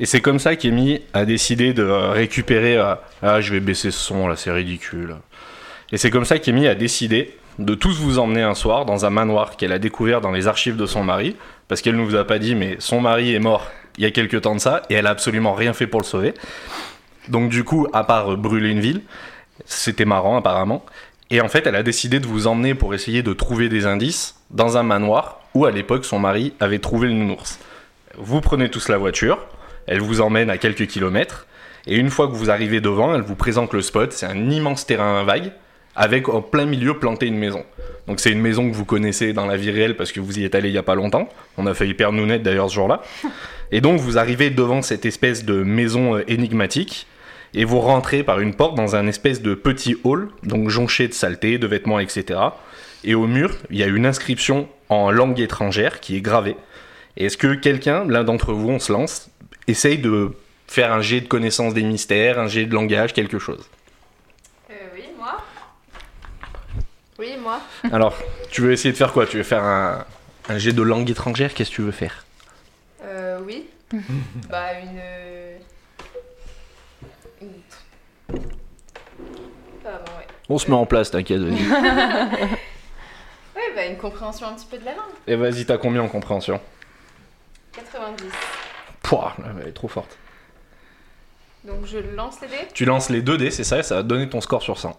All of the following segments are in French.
Et c'est comme ça qu'Emmy a décidé de euh, récupérer. euh, ah, je vais baisser ce son là, c'est ridicule. Et c'est comme ça qu'Emmy a décidé de tous vous emmener un soir dans un manoir qu'elle a découvert dans les archives de son mari, parce qu'elle ne vous a pas dit, mais son mari est mort il y a quelques temps de ça, et elle a absolument rien fait pour le sauver. Donc du coup, à part euh, brûler une ville, c'était marrant apparemment. Et en fait, elle a décidé de vous emmener pour essayer de trouver des indices dans un manoir où à l'époque son mari avait trouvé le nounours. Vous prenez tous la voiture, elle vous emmène à quelques kilomètres, et une fois que vous arrivez devant, elle vous présente le spot, c'est un immense terrain vague, avec en plein milieu planté une maison. Donc c'est une maison que vous connaissez dans la vie réelle parce que vous y êtes allé il n'y a pas longtemps, on a failli perdre Nounette d'ailleurs ce jour-là. Et donc vous arrivez devant cette espèce de maison euh, énigmatique, et vous rentrez par une porte dans un espèce de petit hall, donc jonché de saleté, de vêtements, etc. Et au mur, il y a une inscription en langue étrangère qui est gravée. Et Est-ce que quelqu'un, l'un d'entre vous, on se lance, essaye de faire un jet de connaissance des mystères, un jet de langage, quelque chose Euh, oui, moi Oui, moi Alors, tu veux essayer de faire quoi Tu veux faire un, un jet de langue étrangère Qu'est-ce que tu veux faire Euh, oui. bah, une. euh, une- Pardon, ouais. On se met en place, t'inquiète, vas-y. Ouais, bah, une compréhension un petit peu de la langue. Et vas-y, t'as combien en compréhension 90. Pouah, elle est trop forte. Donc, je lance les dés. Tu lances les 2 dés, c'est ça, et ça va te donner ton score sur 100.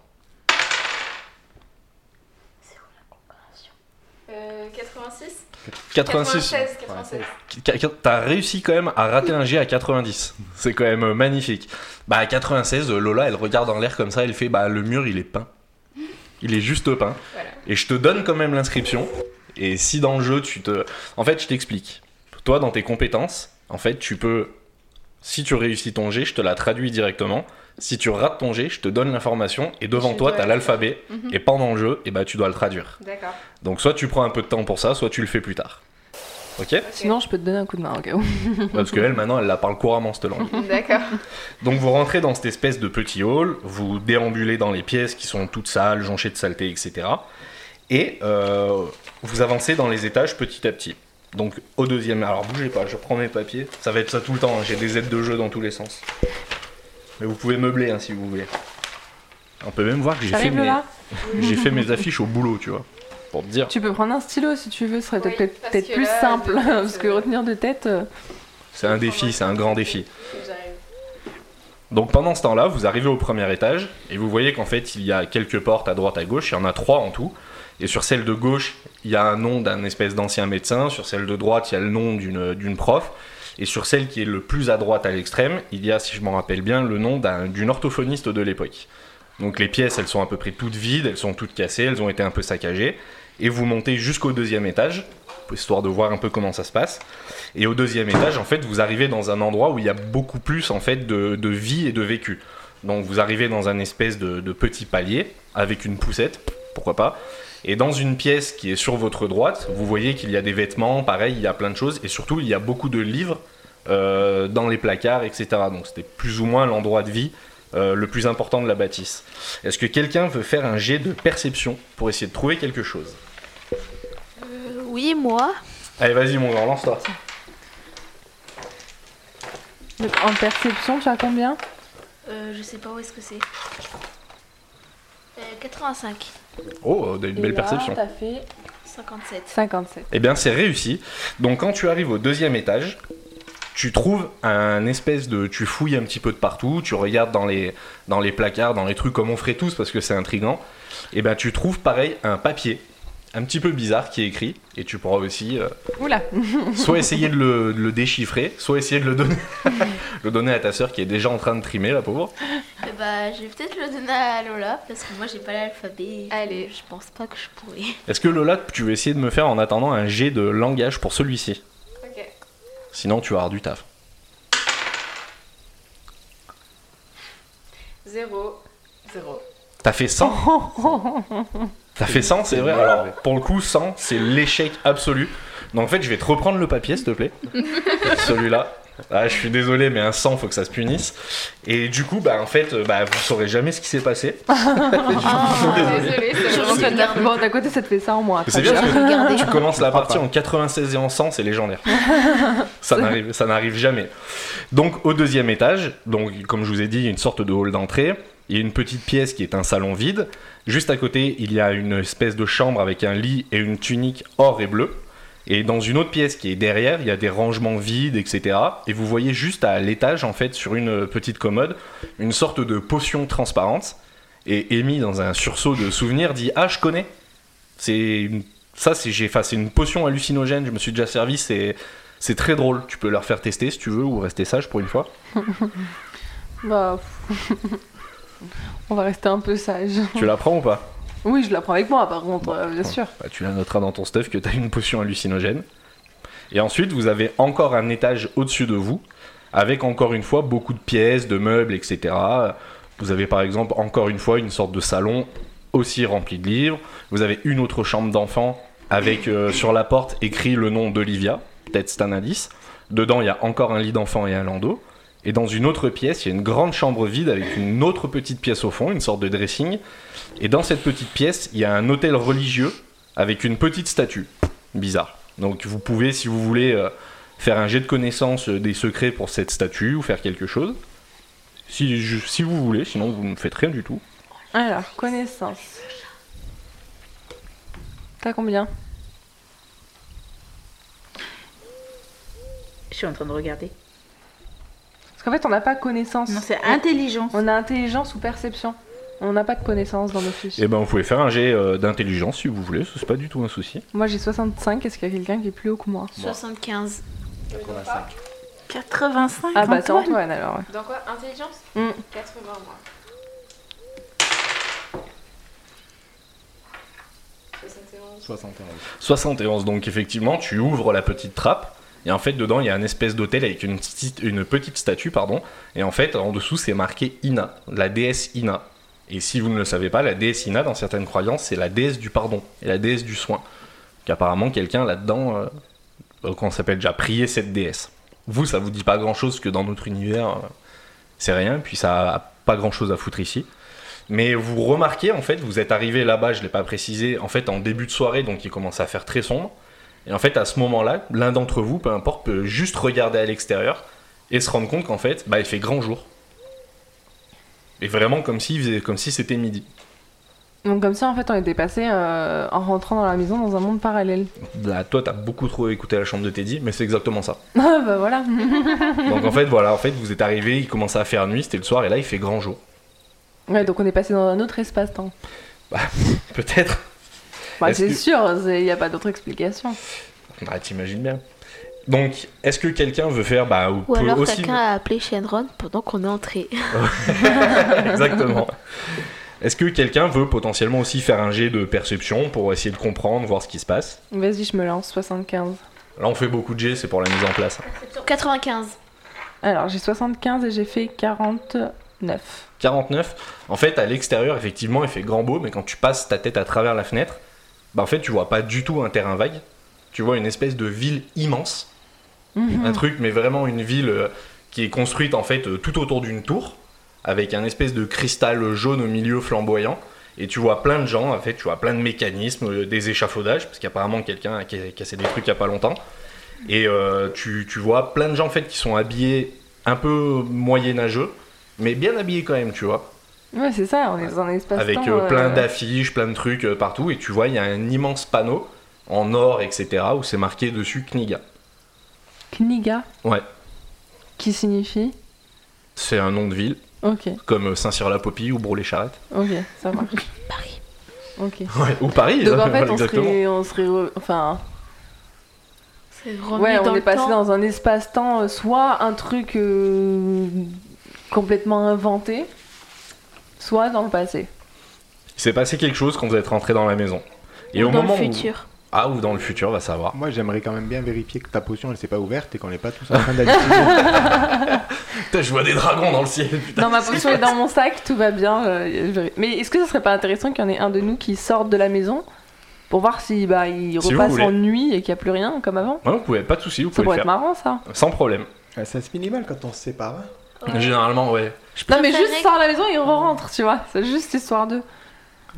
Euh, 86 86 96, 96. Qu- qu- T'as réussi quand même à rater un jet à 90. C'est quand même euh, magnifique. Bah à 96, euh, Lola, elle regarde en l'air comme ça, elle fait bah le mur il est peint. Il est juste peint. Voilà. Et je te donne quand même l'inscription. Et si dans le jeu tu te... En fait je t'explique. Toi dans tes compétences, en fait tu peux... Si tu réussis ton jet, je te la traduis directement. Si tu rates ton jet, je te donne l'information et devant Je toi dois t'as le l'alphabet. Mhm. Et pendant le jeu, et bah tu dois le traduire. D'accord. Donc soit tu prends un peu de temps pour ça, soit tu le fais plus tard. Ok ok. Sinon, je peux te donner un coup de main au cas où. parce qu'elle, maintenant, elle la parle couramment, cette langue. D'accord. Donc, vous rentrez dans cette espèce de petit hall, vous déambulez dans les pièces qui sont toutes sales, jonchées de saleté, etc. Et euh, vous avancez dans les étages petit à petit. Donc, au deuxième. Alors, bougez pas, je prends mes papiers. Ça va être ça tout le temps, hein, j'ai des aides de jeu dans tous les sens. Mais vous pouvez meubler hein, si vous voulez. On peut même voir que j'ai fait, J'arrive mes... là j'ai fait mes affiches au boulot, tu vois. Pour te dire. Tu peux prendre un stylo si tu veux, ce serait Oui, peut-être parce peut-être que plus là, simple. de tête, Parce que euh, retenir de tête. euh, C'est un défi, c'est un grand défi. J'arrive. Donc pendant ce temps-là, vous arrivez au premier étage et vous voyez qu'en fait il y a quelques portes à droite à gauche, il y en a trois en tout. Et sur celle de gauche, il y a un nom d'un espèce d'ancien médecin, sur celle de droite, il y a le nom d'une d'une prof, et sur celle qui est le plus à droite à l'extrême, il y a, si je m'en rappelle bien, le nom d'un- d'une orthophoniste de l'époque. Donc les pièces, elles sont à peu près toutes vides, elles sont toutes cassées, elles ont été un peu saccagées, et vous montez jusqu'au deuxième étage, histoire de voir un peu comment ça se passe. Et au deuxième étage, en fait, vous arrivez dans un endroit où il y a beaucoup plus en fait de, de vie et de vécu. Donc vous arrivez dans un espèce de, de petit palier avec une poussette, pourquoi pas. Et dans une pièce qui est sur votre droite, vous voyez qu'il y a des vêtements, pareil, il y a plein de choses, et surtout il y a beaucoup de livres euh, dans les placards, etc. Donc c'était plus ou moins l'endroit de vie euh, le plus important de la bâtisse. Est-ce que quelqu'un veut faire un jet de perception pour essayer de trouver quelque chose Euh, Oui, moi. Allez, vas-y mon grand, lance-toi. donc en perception, tu as combien Euh, je sais pas où est-ce que c'est. Euh, 85, Oh, t'as une Et belle là, perception. T'as fait 57. 57. Eh bien, c'est réussi. Donc, quand tu arrives au deuxième étage, tu trouves un espèce de. Tu fouilles un petit peu de partout, tu regardes dans les, dans les placards, dans les trucs comme on ferait tous parce que c'est intriguant. Et ben, tu trouves pareil un papier un petit peu bizarre qui est écrit. Et tu pourras aussi euh, Oula soit essayer de le, de le déchiffrer, soit essayer de le donner, le donner à ta sœur qui est déjà en train de trimer, la pauvre. Eh bah, je vais peut-être le donner à Lola parce que moi j'ai pas l'alphabet. Allez. Je pense pas que je pourrais. Est-ce que Lola, tu veux essayer de me faire en attendant un jet de langage pour celui-ci Ok. Sinon, tu vas avoir du taf. 0. 0. T'as fait 100 T'as fait 100, c'est vrai. Alors, pour le coup, 100, c'est l'échec absolu. Donc, en fait, je vais te reprendre le papier, s'il te plaît. Celui-là. Ah, je suis désolé, mais un sang, faut que ça se punisse. Et du coup, bah, en fait, euh, bah, vous saurez jamais ce qui s'est passé. Ah, Désolée, c'est Je vraiment suis pas de la Bon, d'un côté, ça te fait ça en moins. C'est bien très bien. parce que Regardez. tu commences la crois partie pas. en 96 et en 100, c'est légendaire. ça n'arrive, ça n'arrive jamais. Donc au deuxième étage, donc comme je vous ai dit, il y a une sorte de hall d'entrée. Il y a une petite pièce qui est un salon vide. Juste à côté, il y a une espèce de chambre avec un lit et une tunique or et bleu. Et dans une autre pièce qui est derrière, il y a des rangements vides, etc. Et vous voyez juste à l'étage, en fait, sur une petite commode, une sorte de potion transparente. Et Amy, dans un sursaut de souvenir, dit Ah, je connais. C'est une- ça, c'est j'ai enfin, c'est une potion hallucinogène. Je me suis déjà servi. C'est c'est très drôle. Tu peux leur faire tester si tu veux ou rester sage pour une fois. Bah, On va rester un peu sage. Tu la prends ou pas Oui, je la prends avec moi, par contre, euh, bien sûr. Bah, Tu la noteras dans ton stuff que t'as une potion hallucinogène. Et ensuite, vous avez encore un étage au-dessus de vous, avec encore une fois beaucoup de pièces, de meubles, etc. Vous avez par exemple encore une fois une sorte de salon aussi rempli de livres. Vous avez une autre chambre d'enfant avec euh, sur la porte écrit le nom d'Olivia. Peut-être c'est un indice. Dedans, il y a encore un lit d'enfant et un landau. Et dans une autre pièce, il y a une grande chambre vide avec une autre petite pièce au fond, une sorte de dressing. Et dans cette petite pièce, il y a un hôtel religieux avec une petite statue. Bizarre. Donc vous pouvez, si vous voulez, euh, faire un jet de connaissance euh, des secrets pour cette statue ou faire quelque chose. Si, je- si vous voulez, sinon vous ne faites rien du tout. Alors, connaissance. T'as combien Je suis en train de regarder. Parce qu'en fait, on n'a pas connaissance. Non, Ah. c'est intelligence. On a intelligence ou perception. On n'a pas de connaissance dans nos fiches. Et ben vous pouvez faire un jet euh, d'intelligence si vous voulez, ça, c'est pas du tout un souci. Moi, j'ai 65. Est-ce qu'il y a quelqu'un qui est plus haut que moi 75. 85. 85. Ah bah, c'est Antoine. Antoine, alors. ouais. Dans quoi Intelligence Mm. 80 moi. 71. 71. 71, donc effectivement, tu ouvres la petite trappe. Et en fait, dedans, il y a un espèce d'hôtel avec une petite, une petite statue, pardon. Et en fait, en dessous, c'est marqué Ina, la déesse Ina. Et si vous ne le savez pas, la déesse Ina, dans certaines croyances, c'est la déesse du pardon et la déesse du soin. Qu'apparemment, quelqu'un là-dedans, euh, qu'on s'appelle déjà, prier cette déesse. Vous, ça vous dit pas grand-chose que dans notre univers, euh, c'est rien. Puis ça a pas grand-chose à foutre ici. Mais vous remarquez, en fait, vous êtes arrivé là-bas, je ne l'ai pas précisé, en fait, en début de soirée, donc il commence à faire très sombre. Et en fait, à ce moment-là, l'un d'entre vous, peu importe, peut juste regarder à l'extérieur et se rendre compte qu'en fait, bah, il fait grand jour. Et vraiment comme si, faisait- comme si c'était midi. Donc, comme ça, en fait, on était passé euh, en rentrant dans la maison dans un monde parallèle. Là, Bah, toi, t'as beaucoup trop écouté la chambre de Teddy, mais c'est exactement ça. Ah bah, voilà. Donc en fait, voilà, en fait, vous êtes arrivé, il commençait à faire nuit, c'était le soir, et là, il fait grand jour. Ouais, donc on est passé dans un autre espace-temps. Peut-être. Bah, Est-ce c'est que- sûr, il n'y a pas d'autre explication. Ah, t'imagines bien. Donc, est-ce que quelqu'un veut faire, bah, Ou peut alors aussi- quelqu'un a appelé Shenron pendant qu'on est entré. Exactement. Est-ce que quelqu'un veut potentiellement aussi faire un jet de perception pour essayer de comprendre, voir ce qui se passe Vas-y, je me lance, 75. Là, on fait beaucoup de jets, c'est pour la mise en place. 95. Alors, j'ai 75 et j'ai fait 49. 49. En fait, à l'extérieur, effectivement, il fait grand beau, mais quand tu passes ta tête à travers la fenêtre, bah en fait, tu vois pas du tout un terrain vague. Tu vois une espèce de ville immense Mhm. un truc, mais vraiment une ville euh, qui est construite en fait euh, tout autour d'une tour, avec un espèce de cristal jaune au milieu flamboyant. Et tu vois plein de gens, en fait, tu vois plein de mécanismes, euh, des échafaudages, parce qu'apparemment quelqu'un a ca- cassé des trucs il y a pas longtemps. Et euh, tu, tu vois plein de gens en fait qui sont habillés un peu moyenâgeux, mais bien habillés quand même, tu vois. Ouais, c'est ça, on est dans un espace-temps. Avec euh, plein euh, d'affiches, plein de trucs euh, partout. Et tu vois, il y a un immense panneau en or, etc., où c'est marqué dessus Kniga. Kniga, Ouais, qui signifie. c'est un nom de ville. Ok, comme Saint-Cyr-la-Popie ou Brûlé-Charrette. ok, ça marche. Ok. ou Paris, Donc en voilà, fait, on serait, on serait. re- Enfin, C'est remis ouais, dans on est le passé temps. dans un espace-temps, euh, soit un truc euh, complètement inventé, soit dans le passé. Il s'est passé quelque chose quand vous êtes rentré dans la maison. Et Ou au dans moment le où... futur. Ah, ou dans le futur, va savoir. Moi, j'aimerais quand même bien vérifier que ta potion, elle s'est pas ouverte et qu'on n'est pas tous en train d'halluciner. Putain, je vois des dragons dans le ciel, putain. Non, ma potion est dans mon sac, tout va bien. euh, je vais- Mais est-ce que ce serait pas intéressant qu'il y en ait un de nous qui sorte de la maison pour voir si bah, il Si vous repasse voulez. en nuit et qu'il n'y a plus rien comme avant Ouais, vous pouvez, pas de soucis, vous Ça pouvez le pourrait faire. être marrant ça. Sans problème. Ah, ça se finit mal quand on se sépare. hein. Ouais. Généralement, ouais. Je Non, mais juste préférerais- sort de la maison et on rentre, tu vois. C'est juste histoire de.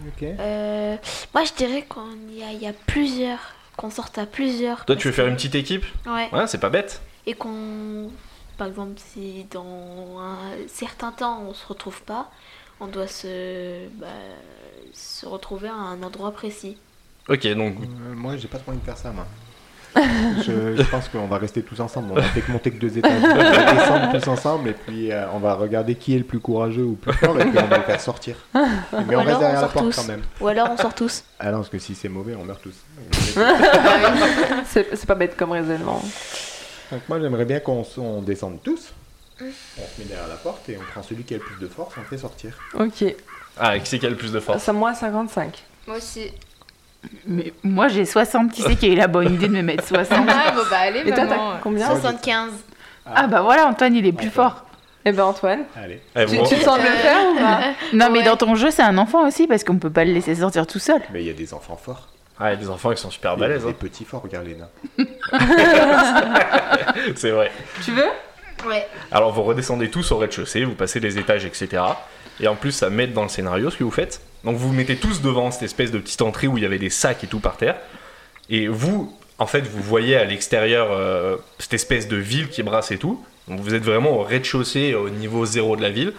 Ok. Euh, moi, je dirais qu'on y a, il y a plusieurs, qu'on sorte à plusieurs. Toi, tu veux parce faire que- une petite équipe Ouais. Ouais, c'est pas bête. Et qu'on, par exemple, si dans un certain temps on se retrouve pas, on doit se, bah, se retrouver à un endroit précis. Ok, donc Euh, moi, j'ai pas trop envie de faire ça, moi. je, je pense qu'on va rester tous ensemble. On va fait que monter que deux étages. On va descendre tous ensemble et puis euh, on va regarder qui est le plus courageux ou le plus fort et puis on va le faire sortir. Mais Ou on reste alors, derrière on la sort porte tous. quand même. Ou alors on sort tous. Ah non, parce que si c'est mauvais, on meurt tous. C'est c'est pas bête comme raisonnement. Donc moi, j'aimerais bien qu'on s- on descende tous. On se met derrière la porte et on prend celui qui a le plus de force, on le fait sortir. Ok. Ah, qui c'est qui a le plus de force Ça, moi, 55. Moi aussi. Mais moi j'ai 60, tu sais qui a eu la bonne idée de me mettre 60 Ah, bon, bah allez, Et toi, maman. t'as combien 75. Ah bah voilà, Antoine il est plus Antoine. fort. Eh ben, Antoine, Allez. Eh, tu, bon, tu te sens de le faire ou pas Non mais Ouais. dans ton jeu c'est un enfant aussi parce qu'on peut pas le laisser sortir tout seul. Mais il y a des enfants forts. Ah, les enfants, ils sont super Il y a balèzes. des hein. petits forts, regarde les nains. C'est vrai. Tu veux Ouais. Alors vous redescendez tous au rez-de-chaussée, vous passez les étages, etc. Et en plus, ça met dans le scénario ce que vous faites. Donc vous vous mettez tous devant cette espèce de petite entrée où il y avait des sacs et tout par terre. Et vous, en fait, vous voyez à l'extérieur euh, cette espèce de ville qui brasse et tout. Donc vous êtes vraiment au rez-de-chaussée, au niveau zéro de la ville.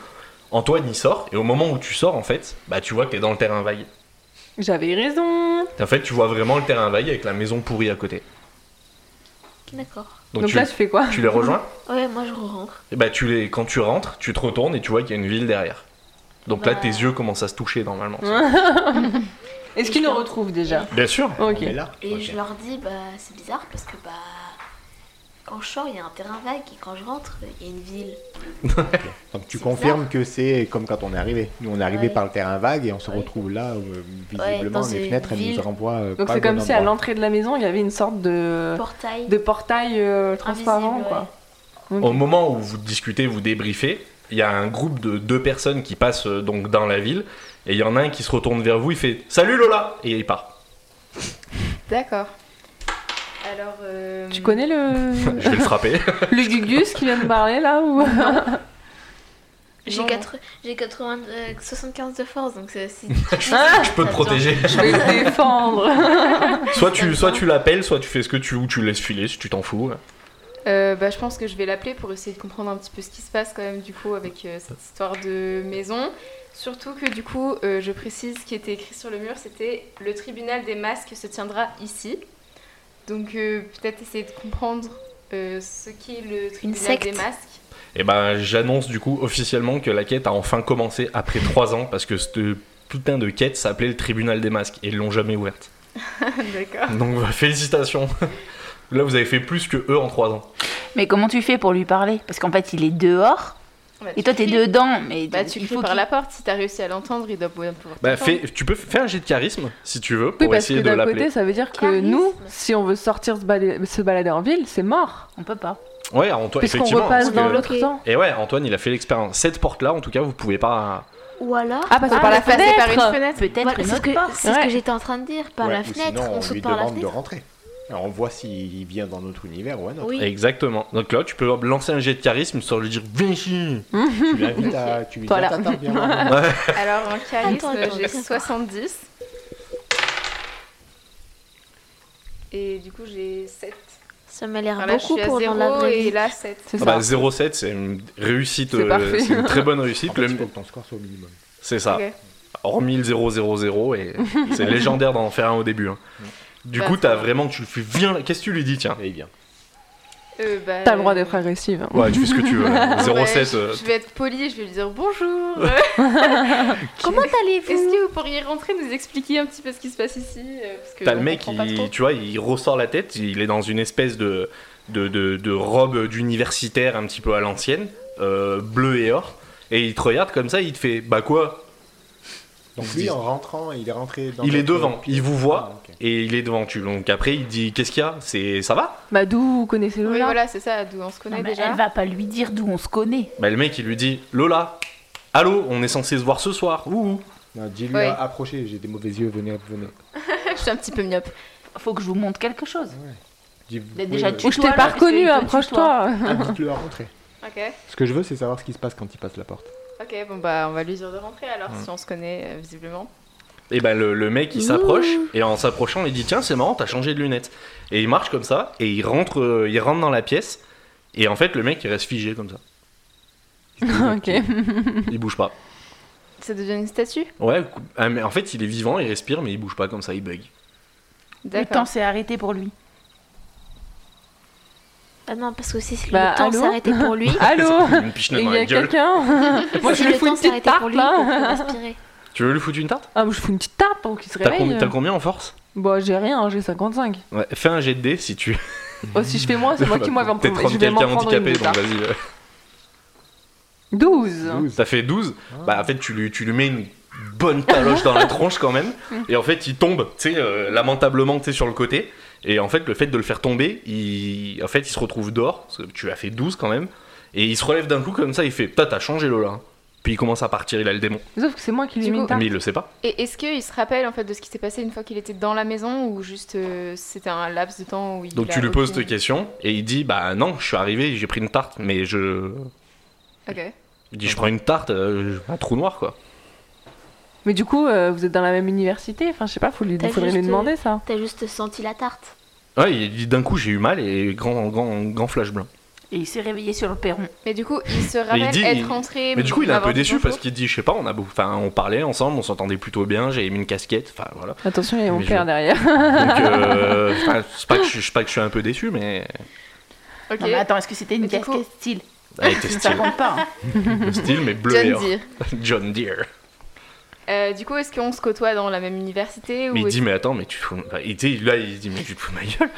Antoine y sort, et au moment où tu sors, en fait, bah tu vois que t'es dans le terrain vague. J'avais raison. En fait, tu vois vraiment le terrain vague avec la maison pourrie à côté. D'accord. Donc, Donc tu, là, tu fais quoi tu les rejoins Ouais, moi je rentre. Et bah tu les, quand tu rentres, tu te retournes et tu vois qu'il y a une ville derrière. Donc là, Bah. tes yeux commencent à se toucher normalement. Est-ce qu'il nous retrouve déjà Bien sûr. Ok. On est là. Et Ok. je leur dis, bah c'est bizarre parce que bah. Quand je sors, il y a un terrain vague et quand je rentre, il y a une ville. Donc tu C'est confirmes que c'est comme quand on est arrivé. Nous on est arrivé Ouais. par le terrain vague et on se Ouais. retrouve là où euh, Ouais, visiblement dans les une fenêtres elles ville. nous renvoient. euh, Donc pas c'est au bon comme si à hein. endroit. l'entrée de la maison, il y avait une sorte Euh, de, Portail. de portail euh, transparent, Invisible, quoi. Ok. Au moment où vous discutez, vous débriefez, il y a un groupe de deux personnes qui passent euh, donc dans la ville et il y en a un qui se retourne vers vous, il fait "Salut Lola" et il part. D'accord. Alors. euh, Tu connais Je le vais le frapper. le Gugus qui vient de parler là ou J'ai Non. quatre- j'ai 80 euh, 75 de force, donc c'est si Je peux te protéger. Ah, je vais le défendre Soit tu soit tu l'appelles, soit tu fais ce que tu veux ou tu le laisses filer si tu t'en fous. euh, bah, je pense que je vais l'appeler pour essayer de comprendre un petit peu ce qui se passe quand même du coup avec euh, cette histoire de maison. Surtout que du coup, euh, je précise ce qui était écrit sur le mur, c'était le tribunal des masques se tiendra ici. Donc euh, peut-être essayer de comprendre euh, ce qu'est le tribunal secte. des masques. Et ben j'annonce du coup officiellement que la quête a enfin commencé après trois ans parce que cette putain de quête s'appelait le tribunal des masques et ils l'ont jamais ouverte. D'accord. Donc bah, félicitations. Là, vous avez fait plus que eux en 3 ans. Mais comment tu fais pour lui parler Parce qu'en fait il est dehors Bah, et tu toi t'es cries. dedans mais Bah tu il cries faut par qu'il- la porte, si t'as réussi à l'entendre, il doit pouvoir pouvoir Bah, t'entendre. fais, tu peux faire un jet de charisme si tu veux Oui pour parce que essayer de d'un l'appeler. côté ça veut dire que Charisme. nous si on veut sortir se balader, se balader en ville c'est mort On peut pas. Ouais, Antoine, puisqu'on effectivement. repasse parce dans que- l'autre Ok. temps. Et ouais, Antoine, il a fait l'expérience. Cette porte-là, en tout cas, vous pouvez pas. Ou alors. Ah parce Ah, que par la mais passer par fenêtre. une fenêtre. Peut-être Voilà, une c'est ce autre que, porte. c'est ce Ouais. que j'étais en train de dire, par Ouais, la ou fenêtre, sinon, on, lui saute par la demande de fenêtre. rentrer. Alors on voit s'il vient dans notre univers ou un autre. Oui. Exactement. Donc là, tu peux lancer un jet de charisme sans lui dire Viens ici Tu l'invites à. Tu lui dis Ah, Toi, là. Attends, viens voir. Alors en charisme, Attends, attends, j'ai attends. 70. Et du coup, j'ai 7. Ça m'a l'air Enfin, là, je beaucoup suis à pour dans la 0 vraie et vie. là, 7. C'est Ah ça. bah, 07, c'est une réussite. C'est euh, parfait. c'est une très bonne En réussite. fait, Le- il faut que ton score soit au minimum. C'est ça. Ok. Hormis le 000, et c'est légendaire d'en faire un au début. hein. Du Bah, coup, c'est t'as bon. vraiment. Tu lui fais Viens. là. Qu'est-ce que tu lui dis, tiens Et il vient. Euh, bah, T'as le droit d'être agressive. hein. Ouais, tu fais ce que tu veux. hein. euh, 07. ouais, euh, je, je vais être polie, je vais lui dire bonjour. euh, Comment Est-ce allez-vous que vous pourriez rentrer nous expliquer un petit peu ce qui se passe ici euh, parce que T'as le on mec, comprend pas il- trop. tu vois, il ressort la tête, il est dans une espèce de, de, de- de robe d'universitaire un petit peu à l'ancienne, euh, bleu et or, et il te regarde comme ça, il te fait Bah quoi Donc Ils lui disent- en rentrant, il est rentré dans. Il est notre devant, pièce. il vous voit, Ah, ok. et il est devant. Tu, donc après, il dit Qu'est-ce qu'il y a C'est Ça va Bah d'où vous connaissez Oui, Lola voilà, c'est ça, d'où on se Non, connaît mais déjà. elle va pas lui dire d'où on se connaît. bah, Le mec, il lui dit Lola, allô, on est censé se voir ce soir. Ouh, ouh. Non, Dis-lui Ouais. à approcher, j'ai des mauvais yeux, venez, venez. je suis un petit peu myope. Faut que je vous montre quelque chose. Je dis, Mais oui, déjà, euh, tu- Ou je t'ai Tue-toi, pas alors, reconnu, essaye de approche-toi. invite-le à rentrer. Ok, Ce que je veux, c'est savoir ce qui se passe quand il passe la porte. ok, bon bah on va lui dire de rentrer alors Mm. si on se connaît euh, visiblement. Et ben le, le mec il s'approche et en s'approchant il dit tiens c'est marrant t'as changé de lunettes et il marche comme ça et il rentre euh, il rentre dans la pièce et en fait le mec il reste figé comme ça ok. il bouge pas Ça devient une statue ouais cou- ah, mais en fait il est vivant il respire mais il bouge pas comme ça il bug Le temps s'est arrêté pour lui. Ah non, parce que si si Bah, le temps allô s'arrêté pour lui, Allô une pichenette Il dans y la a gueule quelqu'un Moi, si je lui le fous temps une s'est petite arrêté pour tarte, lui, on peut là. respirer. tu veux lui foutre une tarte Ah, moi, je fous une petite tarte pour qu'il se t'as combi- réveille. euh. t'as combien en force Bon, j'ai rien, hein, j'ai 55. ouais, fais un jet de dés si tu Oh, si je fais moi, c'est moi qui m'en vais en t'es premier. Je vais m'en quelqu'un prendre une handicapé de donc tarte. vas-y euh, 12. Douze. t'as fait 12 bah en fait tu lui, tu lui mets une bonne taloche dans la tronche quand même et en fait il tombe tu sais euh, lamentablement tu sais sur le côté et en fait le fait de le faire tomber il en fait il se retrouve dehors parce que tu as fait 12 quand même et il se relève d'un coup comme ça il fait putain t'as changé Lola hein. puis il commence à partir il a le démon Sauf que c'est moi qui lui Du mets une coup- tarte. mais il le sait pas Et est-ce qu'il se rappelle en fait de ce qui s'est passé une fois qu'il était dans la maison ou juste euh, c'était un laps de temps où il donc a tu lui poses aucune- tes questions et il dit bah non je suis arrivé j'ai pris une tarte mais je Ok. il Ah. dit je prends une tarte euh, un trou noir quoi Mais du coup, euh, vous êtes dans la même université. Enfin, je sais pas, faut lui, T'as faudrait lui juste, demander ça. T'as juste senti la tarte. ouais il dit d'un coup j'ai eu mal et grand grand grand flash blanc Et il s'est réveillé sur le perron. Mais du coup, il se rappelle dit- être il- rentré. Mais du coup, il est un avoir peu dit déçu bonjour. parce qu'il dit, je sais pas, on a, beau- enfin, on parlait ensemble, on s'entendait plutôt bien, j'ai mis une casquette, enfin voilà. Attention, il y a mon Mais je- père derrière. Donc, euh, enfin, c'est pas que je, c'est pas que je suis un peu déçu, mais Ok. Non, mais attends, est-ce que c'était une Ah, Mais du coup- casquette style avec tes Ça styles, compte pas. hein. le style, mais bleu et John or. Deere. John Deere. Euh, du coup, est-ce qu'on se côtoie dans la même université ou Mais il est-ce- dit, mais attends, mais tu te fous, enfin, il dit, là, il dit, mais tu te fous de ma gueule.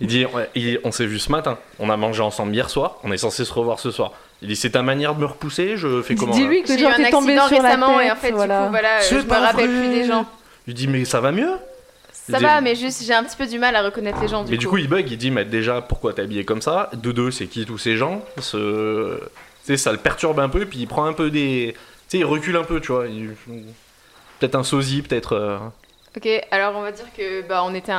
Il dit, ouais, il- on s'est vu ce matin, on a mangé ensemble hier soir, on est censé se revoir ce soir. Il dit, c'est ta manière de me repousser, je fais comment là Dis-lui que j'ai eu genre un t'es tombé accident sur la récemment et en tête. fait, du coup, voilà. voilà, euh, je C'est me pas rappelle vrai. plus des gens. Il dit, mais ça va mieux Ça Il va, dit- mais juste j'ai un petit peu du mal à reconnaître les gens. Du mais coup. du coup, il bug, il dit mais déjà pourquoi t'es habillé comme ça De deux, c'est qui tous ces gens Ce... tu sais, Ça le perturbe un peu, puis il prend un peu des. Tu sais, il recule un peu, tu vois. il- Peut-être un sosie, peut-être. euh, Ok, alors on va dire que bah on était à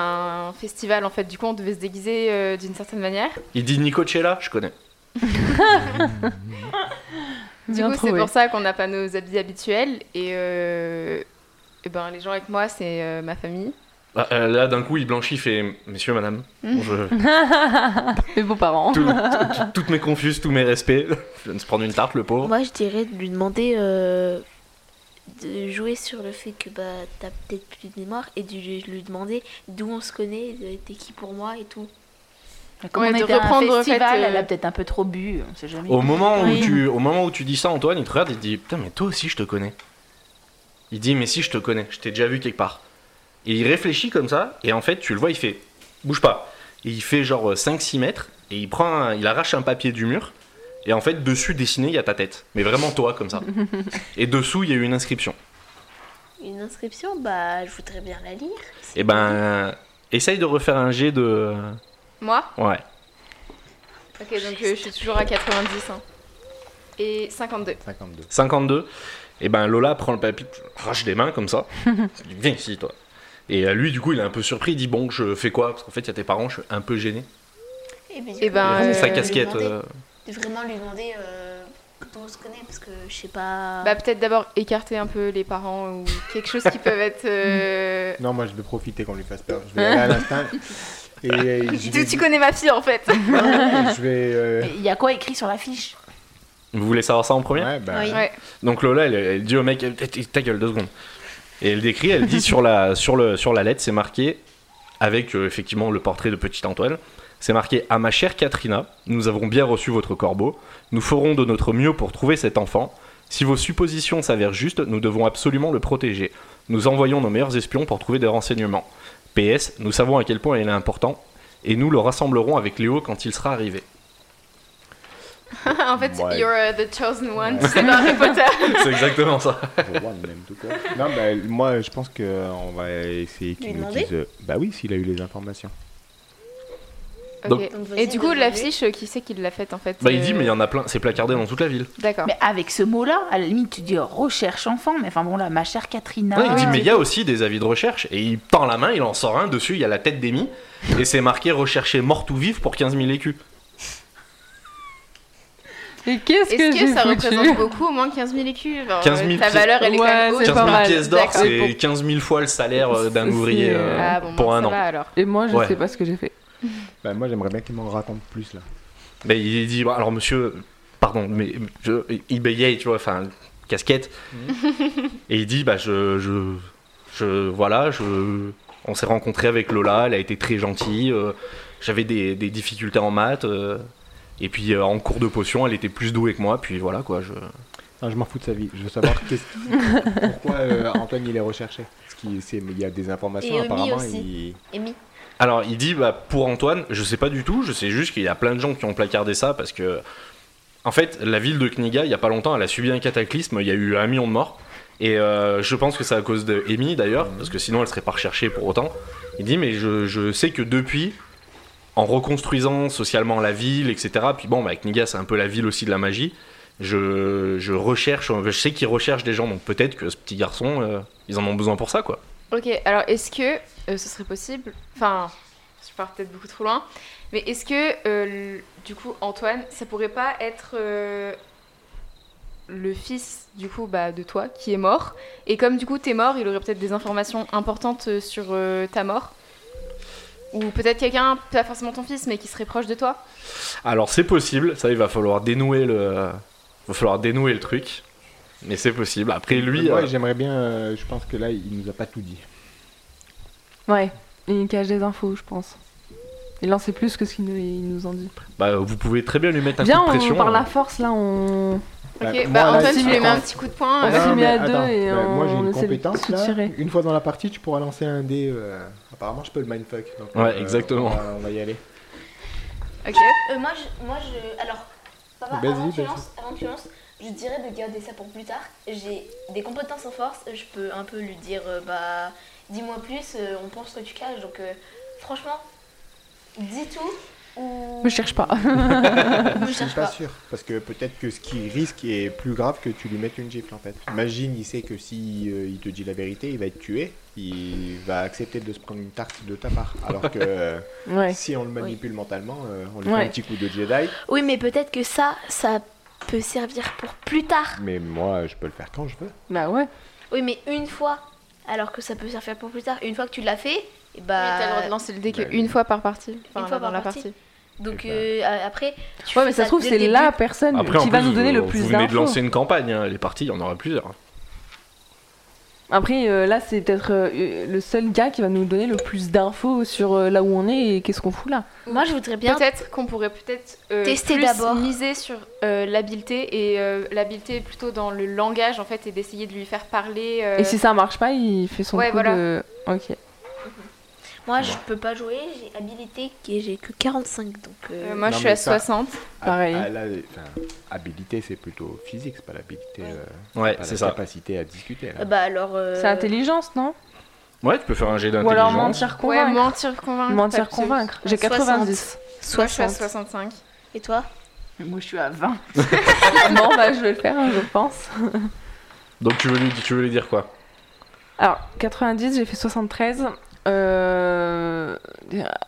un festival en fait, du coup on devait se déguiser euh, d'une certaine manière. Il dit Nicocella, je connais. Du Bien coup c'est trouvé. pour ça qu'on n'a pas nos habits habituels et, euh, et ben les gens avec moi c'est euh, ma famille. Ah, euh, là, d'un coup, il blanchit, il fait Messieurs, madame, Hmm. je- Mes beaux-parents. tout- tout- toutes mes confuses, tous mes respects. Je viens de se prendre une tarte, le pauvre. Moi, je dirais de lui demander euh, de jouer sur le fait que bah t'as peut-être plus de mémoire et de lui, lui demander d'où on se connaît, de- t'es qui pour moi et tout. Comme Ouais, on de était à un reprendre, en fait, festival, euh, elle a peut-être un peu trop bu, on sait jamais. Au moment, où Oui. tu, au moment où tu dis ça, Antoine, il te regarde et te dit Putain, mais toi aussi, je te connais. Il dit Mais si, je te connais, je t'ai déjà vu quelque part. Et il réfléchit comme ça, et en fait, tu le vois, il fait Bouge pas. Et il fait genre 5-6 mètres, et il, prend un- il arrache un papier du mur, et en fait, dessus, dessiné, il y a ta tête. Mais vraiment toi, comme ça. et dessous, il y a eu une inscription. Une inscription, bah je voudrais bien la lire. Et ben, essaye de refaire un jet de. Moi Ouais. Ok donc euh, je suis toujours à 90 hein. et 52. 52. 52. Et ben Lola prend le papier, arrache des mains comme ça. Il dit, Viens ici, toi. Et euh, lui, du coup, il est un peu surpris. Il dit Bon, je fais quoi Parce qu'en fait, il y a tes parents, je suis un peu gêné. Et, bah. Eh ben, Et euh, sa Ah, casquette. euh, vraiment lui demander euh, d'où on se connaît parce que je sais pas. Bah peut-être d'abord écarter un peu les parents ou quelque chose qui peuvent être. euh, Non, moi je vais profiter qu'on lui fasse peur. Je vais aller à l'instinct. Et euh, je vais, Tu, tu connais ma fille en fait. je vais, euh, Il y a quoi écrit sur la fiche euh. Vous voulez savoir ça en premier ouais, bah, Oui. Ouais. Donc Lola, elle, elle dit au mec Eh, eh, Ta gueule, deux secondes. Et elle décrit elle dit sur la, sur le, sur la lettre, c'est marqué, avec euh, effectivement le portrait de Petit Antoine, c'est marqué À ma chère Katrina, nous avons bien reçu votre corbeau. Nous ferons de notre mieux pour trouver cet enfant. Si vos suppositions s'avèrent justes, nous devons absolument le protéger. Nous envoyons nos meilleurs espions pour trouver des renseignements. PS, nous savons à quel point il est important et nous le rassemblerons avec Léo quand il sera arrivé. en fait, Ouais. you're uh, the chosen one, c'est dans Harry Potter. C'est exactement ça. pour voir, même tout court. Non, bah, moi je pense qu'on va essayer qu'il nous demander dise. euh, Bah oui, s'il a eu les informations. Donc- Donc, vas-y, Et du coup, donne-le. l'affiche, euh, qui c'est qui l'a faite en fait Bah, il dit, euh, mais il y en a plein, c'est placardé dans toute la ville. D'accord. Mais avec ce mot-là, à la limite, tu dis oh, recherche enfant, mais enfin bon, là, ma chère Katrina. Ouais, Ah il dit, euh, mais il y a aussi des avis de recherche. Et il tend la main, il en sort un, dessus, il y a la tête d'Emmy. Et c'est marqué rechercher morte ou vive pour 15 000 écus. Et qu'est-ce que, Est-ce que j'ai ça foutu représente beaucoup, au moins 15 000 écus Genre, 15 euh, 000 Ta pièces- valeur, elle est quand même haute. hein. Ouais, c'est C'est 15 pas 000 mal. pièces d'or, D'accord. c'est 15 000 fois le salaire euh, d'un C'est- ouvrier euh, Ah bon, pour bah, un ça an. va, alors. Et moi, je Ouais. sais pas ce que j'ai fait. Bah, moi, j'aimerais bien qu'il m'en raconte plus là. Mais il dit, bah, alors monsieur, pardon, mais je, il bégaye, tu vois, enfin, casquette. Et il dit, bah je, je, je- voilà, je, on s'est rencontré avec Lola, elle a été très gentille, euh, j'avais des, des difficultés en maths, euh, et puis euh, en cours de potion, elle était plus douée que moi, puis voilà quoi, je... Non, je m'en fous de sa vie. Je veux savoir qu'est-ce pourquoi euh, Antoine il est recherché. Parce qu'il c'est- mais il y a des informations Et Omi apparemment. aussi. il- Amy. Alors il dit bah, pour Antoine, je sais pas du tout, je sais juste qu'il y a plein de gens qui ont placardé ça parce que en fait la ville de Kniga il y a pas longtemps elle a subi un cataclysme, il y a eu un million de morts et euh, je pense que c'est à cause de Amy d'ailleurs parce que sinon elle serait pas recherchée pour autant. Il dit mais je, je sais que depuis en reconstruisant socialement la ville etc puis bon bah Kniga c'est un peu la ville aussi de la magie. Je, je recherche, je sais qu'ils recherchent des gens, donc peut-être que ce petit garçon, euh, ils en ont besoin pour ça, quoi. Ok, alors est-ce que euh, ce serait possible Enfin, je pars peut-être beaucoup trop loin, mais est-ce que euh, le- du coup Antoine, ça pourrait pas être euh, le fils du coup bah, de toi qui est mort Et comme du coup t'es mort, il aurait peut-être des informations importantes euh, sur euh, ta mort ou peut-être quelqu'un, pas forcément ton fils, mais qui serait proche de toi. Alors c'est possible, ça il va falloir dénouer le, va falloir dénouer le truc, mais c'est possible. Après lui, Moi, euh, j'aimerais bien. euh, je pense que là, il nous a pas tout dit. Ouais, il cache des infos, je pense. Il en sait plus que ce qu'il nous, il nous en dit. bah, vous pouvez très bien lui mettre un Viens, coup de on, pression. par hein. la force, là, on... Bah, Ok, moi, bah là, Antoine, si- tu lui mets un attends. petit coup de poing. On euh, s'y Non, met Ah, à attends, deux et on moi j'ai une essaie de compétence tout là. tirer. Une fois dans la partie, tu pourras lancer un dé. euh, apparemment, je peux le mindfuck. Donc, euh, Ouais, exactement. On va, on va y aller. Ok. Euh, moi, je, moi, je. Alors, papa, Vas-y, avant que, tu vas-y. lances, avant que tu lances, je te dirais de garder ça pour plus tard. J'ai des compétences en force, je peux un peu lui dire, euh, bah, dis-moi plus, euh, on pense que tu caches, donc euh, franchement, dis tout ou. Me cherche pas. me Je suis cherche pas pas. sûr. Parce que peut-être que ce qu'il risque est plus grave que tu lui mettes une gifle en fait. Imagine, il sait que si euh, il te dit la vérité, il va être tué. Il va accepter de se prendre une tarte de ta part. Alors que euh, Ouais. si on le manipule mentalement, euh, on lui fait Ouais. un petit coup de Jedi. Oui, mais peut-être que ça, ça peut servir pour plus tard. Mais moi, je peux le faire quand je veux. Bah ouais. Oui, mais une fois, alors que ça peut servir pour plus tard. Une fois que tu l'as fait, et bah. T'as le droit de lancer le dé bah, qu'une fois par partie. Enfin, fois dans par la partie. partie. Donc Et bah. euh, a- après. tu Ouais, fais mais ça se trouve, dès c'est le début. la personne Après, en qui va plus, nous donner vous, le vous plus venez de d'infos. lancer une campagne, hein, elle est partie, il y en aura plusieurs. Après, euh, là, c'est peut-être euh, le seul gars qui va nous donner le plus d'infos sur euh, là où on est et qu'est-ce qu'on fout là. Moi, je voudrais bien Peut-être qu'on pourrait peut-être euh, Tester plus d'abord. miser sur euh, l'habileté et euh, l'habileté plutôt dans le langage en fait et d'essayer de lui faire parler. euh, Et si ça marche pas, il fait son Ouais, coup voilà. de... Ok. Moi, je peux pas jouer, j'ai habilité et j'ai que 45 donc. euh, euh, moi Non, je suis mais à ça- 60. Pareil. Ah, là, enfin, habilité, c'est plutôt physique, c'est pas l'habilité. euh, Ouais, pas c'est la ça. capacité à discuter. là. euh, Bah alors. euh, C'est intelligence, non Ouais, tu peux faire un jet Ou alors d'intelligence. mentir Ouais, convaincre. mentir convaincre. mentir t'as plus. convaincre. J'ai 60. 90. Moi je suis à 60. 65. Et toi Mais Moi, je suis à 20. bon, bah je vais le faire, je pense. Donc tu veux lui, tu veux lui dire quoi Alors, 90, j'ai fait 73. Euh...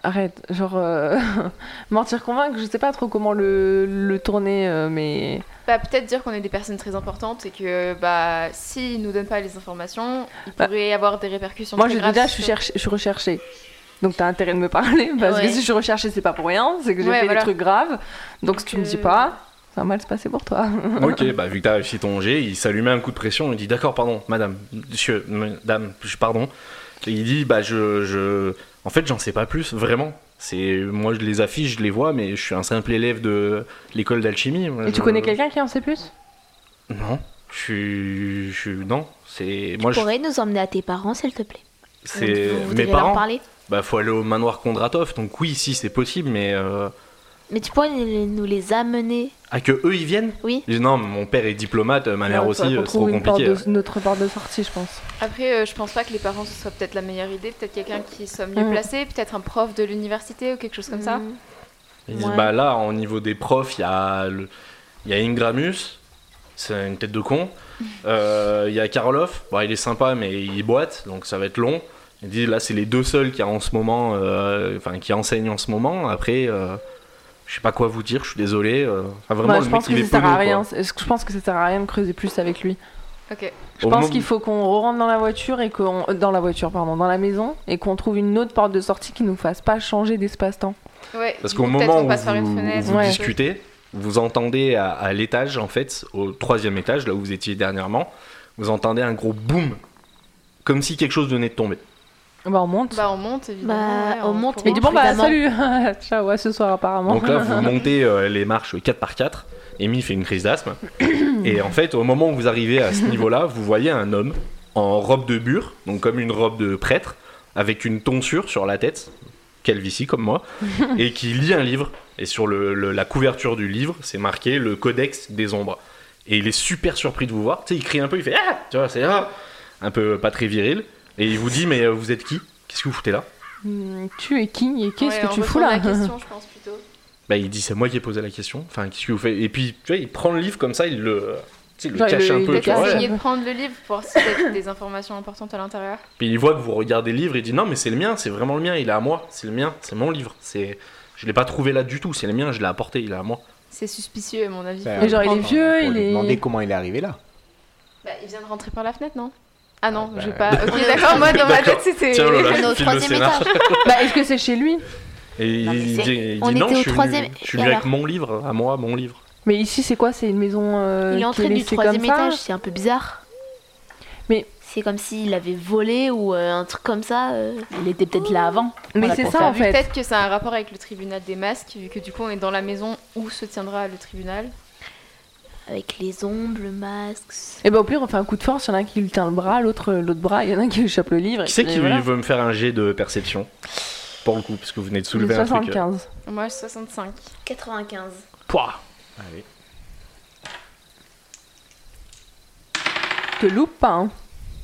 Arrête, genre... euh, mentir convaincre, je sais pas trop comment le, le tourner, euh, mais... Bah peut-être dire qu'on est des personnes très importantes et que bah s'ils nous donnent pas les informations, il Bah, pourrait y avoir des répercussions. Moi, très je graves déjà, je suis, sur- cherché- je suis recherchée. Donc, t'as intérêt de me parler, parce Ouais. que si je suis recherchée, c'est pas pour rien, c'est que j'ai Ouais, fait voilà. des trucs graves. Donc, si Donc, tu me dis euh, pas, ça va mal se passer pour toi. Ok, bah vu que t'as réussi ton jet, il s'allumait un coup de pression, il dit d'accord, pardon, madame, monsieur, madame, je- pardon. Et il dit bah je, je... en fait j'en sais pas plus, vraiment. C'est moi je les affiche, je les vois, mais je suis un simple élève de l'école d'alchimie. Moi, Et tu je- connais quelqu'un qui en sait plus Non, je suis, je suis, non, c'est moi je, Pourrais nous emmener à tes parents, s'il te plaît Euh, c'est Vous mes devez leur parents. parler. Bah faut aller au manoir Kondratov, donc oui, si c'est possible, mais euh, Mais tu pourrais nous nous les amener ah que eux ils viennent. Oui. Je dis, Non, mon père est diplomate, ma mère Ouais, aussi, faudrait euh, qu'on c'est trouve trop une porte compliqué. de- notre porte de sortie, je pense. Après, euh, je pense pas que les parents ce soit peut-être la meilleure idée. Peut-être quelqu'un qui soit mieux Mm. placé, peut-être un prof de l'université ou quelque chose comme ça. Mm. Ils disent Ouais. bah là, au niveau des profs, il y a le- il y a Ingramus, c'est une tête de con. Euh, Il y a Karloff, bon, il est sympa mais il boite, donc ça va être long. Il dit là, c'est les deux seuls qui en ce moment, euh, enfin qui enseignent en ce moment. Après, euh, je sais pas quoi vous dire, je suis désolé. euh. Enfin, vraiment, le Moi, Bah, je mec, pense que il est ça sert à penaud, rien. quoi. C'est- Je pense que ça sert à rien de creuser plus avec lui. Ok. Je Au pense moment- qu'il faut qu'on rentre dans la voiture et qu'on euh, dans la voiture pardon dans la maison et qu'on trouve une autre porte de sortie qui nous fasse pas changer d'espace-temps. Ouais, Parce du qu'au coup, peut-être moment on où passe par une vous, fenêtre, vous Ouais. quelque chose. discutez, vous entendez à, à l'étage, en fait, au troisième étage, là où vous étiez dernièrement, vous entendez un gros boum, comme si quelque chose venait de tomber. Bah on monte. Bah on monte évidemment. Bah, ouais, on monte, court. et mais du bon bah salut, prudemment. ciao ouais, ce soir apparemment. Donc là, vous montez euh, les marches 4 par 4 Amy fait une crise d'asthme. et en fait, au moment où vous arrivez à ce niveau-là, vous voyez un homme en robe de bure, donc comme une robe de prêtre, avec une tonsure sur la tête, calvitie comme moi, et qui lit un livre. Et sur le- le- la couverture du livre, c'est marqué le Codex des Ombres. Et il est super surpris de vous voir. Tu sais, il crie un peu, il fait Ah Tu vois, c'est Ah un peu pas très viril. Et il vous dit Mais euh, vous êtes qui Qu'est-ce que vous foutez là Hmm, tu es qui et qu'est-ce Ouais, que on tu fous retourne à là la question, je pense plutôt. Bah, il dit c'est moi qui ai posé la question. Enfin, qu'est-ce que vous faites Et puis, tu vois, il prend le livre comme ça, il le, tu sais, il le Genre, il cache le- un il peu. le Tu vois, Peut-être cache. ouais. essayer de prendre le livre pour voir si t'as des informations importantes à l'intérieur. Puis il voit que vous regardez le livre, il dit non, mais c'est le mien, c'est vraiment le mien, il est à moi, c'est le mien, c'est mon livre. C'est, je l'ai pas trouvé là du tout, c'est le mien, je l'ai apporté, il est à moi. C'est suspicieux à mon avis. Bah, Faut le genre, il est prendre. vieux, Pour il lui est- demander comment il est arrivé là. Bah, il vient de rentrer par la fenêtre, non Ah non, Bah, j'ai pas. Ok, d'accord, moi dans ma tête D'accord. c'était. Tiens, Lola. On est au file le troisième scénar. étage. bah est-ce que c'est chez lui Et Non, mais il c'est- dit, il on dit, non, était je au suis, troisième- venu, je suis Et venu avec alors mon livre, à moi, mon livre. Mais ici c'est quoi C'est une maison euh, Il est qui est entré du laissée comme troisième ça étage, c'est un peu bizarre. Mais- C'est comme s'il avait volé ou euh, un truc comme ça. euh. Il était peut-être là avant. Mais Voilà, c'est pour ça faire en Vu fait. Peut-être que ça a un rapport avec le tribunal des masques, vu que du coup on est dans la maison où se tiendra le tribunal. Avec les ombres, le masque. c'est- Et bah au pire on fait un coup de force, il y en a un qui lui tient le bras, l'autre euh, l'autre bras, il y en a un qui lui chope le livre. Qui c'est et qui voilà. veut me faire un jet de perception Pour le coup, parce que vous venez de Il est soulever un truc. euh, 75. Moi 65. 95. Pouah Allez. Te loupe pas hein.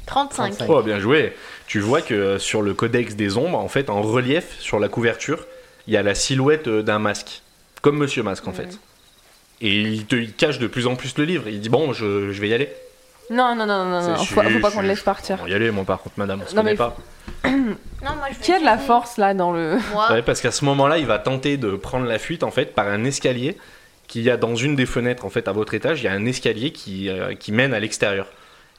35. 35. Oh, bien joué. Tu vois que euh, sur le codex des ombres, en fait, en relief, sur la couverture, il y a la silhouette euh, d'un masque. Comme Monsieur Masque, en fait. Et il te il cache de plus en plus le livre. Il dit Bon, je, je vais y aller. Non non non non non, C'est- faut, faut pas si, qu'on le si, laisse partir. On va y aller, moi, par contre, madame, on se Non, connaît mais pas. Non, moi je vais Qui a de la essayer. force là dans le Moi, Ouais, parce qu'à ce moment-là, il va tenter de prendre la fuite, en fait, par un escalier qu'il y a dans une des fenêtres, en fait, à votre étage. Il y a un escalier qui, euh, qui mène à l'extérieur.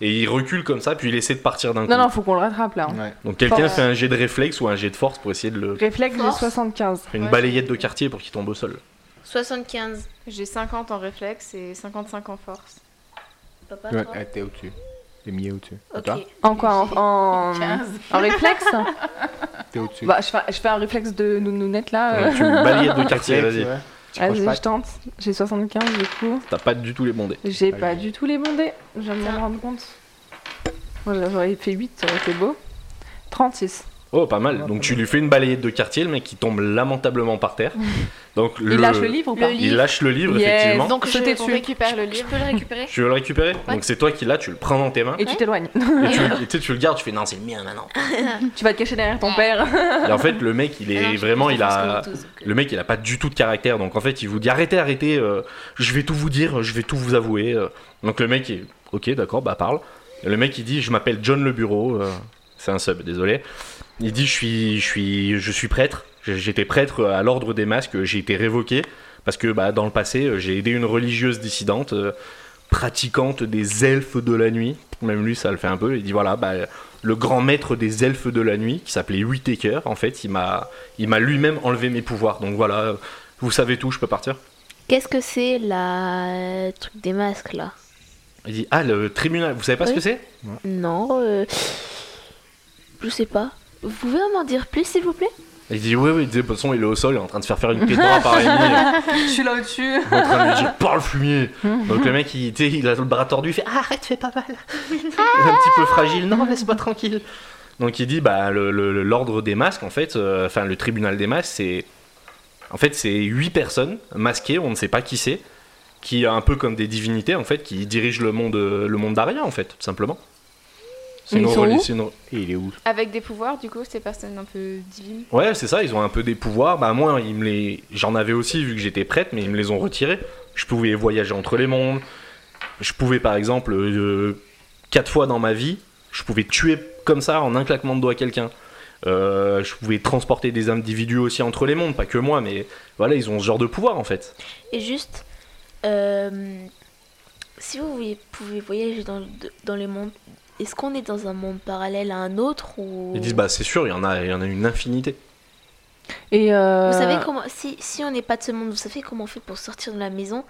Et il recule comme ça, puis il essaie de partir d'un coup. Non non faut qu'on le rattrape là. hein. Ouais. Donc quelqu'un Force. fait un jet de réflexe ou un jet de force pour essayer de le. Réflexe de Force. 75. Une Ouais. balayette de quartier pour qu'il tombe au sol. 75. J'ai 50 en réflexe et 55 en force. Papa, Ouais, toi ah, t'es au-dessus. T'es mis au-dessus. Et Ok. toi En quoi en, en... 15. en réflexe T'es au-dessus. Bah je fais, je fais un réflexe de nounounette là. euh. Donc, une balayette de quartier, vas-y. Ouais. Tu croches Vas-y pas. je tente. J'ai 75 du coup. T'as pas du tout les bondés. J'ai Allez. pas du tout les bondés, je viens de m'en Tiens. rendre compte. Moi j'aurais fait 8, ça aurait été beau. 36. Oh, pas mal. Donc tu lui fais une balayette de quartier, le mec qui tombe lamentablement par terre. Donc Il lâche le livre ou pas le Il lâche le livre, Yes. effectivement. Donc Sauter je on dessus. récupère le Je livre. peux le récupérer Tu veux le récupérer Ouais. Donc c'est toi qui là, tu le prends dans tes mains. Et tu t'éloignes. Et tu, et tu sais, tu le gardes, tu fais non, c'est le mien maintenant. tu vas te cacher derrière ton père. Et en fait, le mec, il Ah est non, je- vraiment, je il pense a. qu'on est tous, donc, euh, Le mec, il a pas du tout de caractère. Donc en fait, il vous dit arrêtez, arrêtez, euh, je vais tout vous dire, je vais tout vous avouer. euh. Donc le mec, il- ok, d'accord, bah parle. Et le mec, il dit je m'appelle John Le Bureau. euh, c'est un sub, désolé. Il dit je suis, je suis, je suis prêtre. J'ai- J'étais prêtre à l'ordre des masques. J'ai été révoqué parce que bah, dans le passé, euh, j'ai aidé une religieuse dissidente, euh, pratiquante des elfes de la nuit. Même lui, ça le fait un peu. Il dit voilà, bah, le grand maître des elfes de la nuit, qui s'appelait Whittaker, en fait, il m'a, il m'a lui-même enlevé mes pouvoirs. Donc voilà, euh, vous savez tout, je peux partir. Qu'est-ce que c'est la truc des masques là Il dit ah le tribunal, vous savez pas ce Oui. que c'est Non, euh... je sais pas. Vous pouvez m'en dire plus s'il vous plaît Il dit oui oui, il dit, de toute façon il est au sol, il est en train de se faire faire une pétard par Amy. je suis là au-dessus. en train de lui dire parle fumier donc le mec il, tu sais, il a le bras tordu il fait Ah, arrête fais pas mal Il est un petit peu fragile non laisse-moi tranquille donc il dit bah le- le- le- l'ordre des masques en fait euh, enfin le tribunal des masques c'est en fait c'est huit personnes masquées on ne sait pas qui c'est qui un peu comme des divinités en fait qui dirigent le monde euh, le monde d'Aria en fait tout simplement C'est Mais une ils sont reli- où c'est une- Et il est où Avec des pouvoirs, du coup, ces personnes un peu divines. Ouais, c'est ça, ils ont un peu des pouvoirs. Bah, moi, ils me les... j'en avais aussi vu que j'étais prête, mais ils me les ont retirés. Je pouvais voyager entre les mondes. Je pouvais, par exemple, euh, quatre fois dans ma vie, je pouvais tuer comme ça en un claquement de doigts quelqu'un. Euh, je pouvais transporter des individus aussi entre les mondes, pas que moi, mais voilà, ils ont ce genre de pouvoir en fait. Et juste, euh, si vous voyez- pouvez voyager dans, de- dans les mondes, est-ce qu'on est dans un monde parallèle à un autre ou... Ils disent, bah, c'est sûr, il y, en a, il y en a une infinité. Et euh, Vous savez comment si, si on n'est pas de ce monde, vous savez comment on fait pour sortir de la maison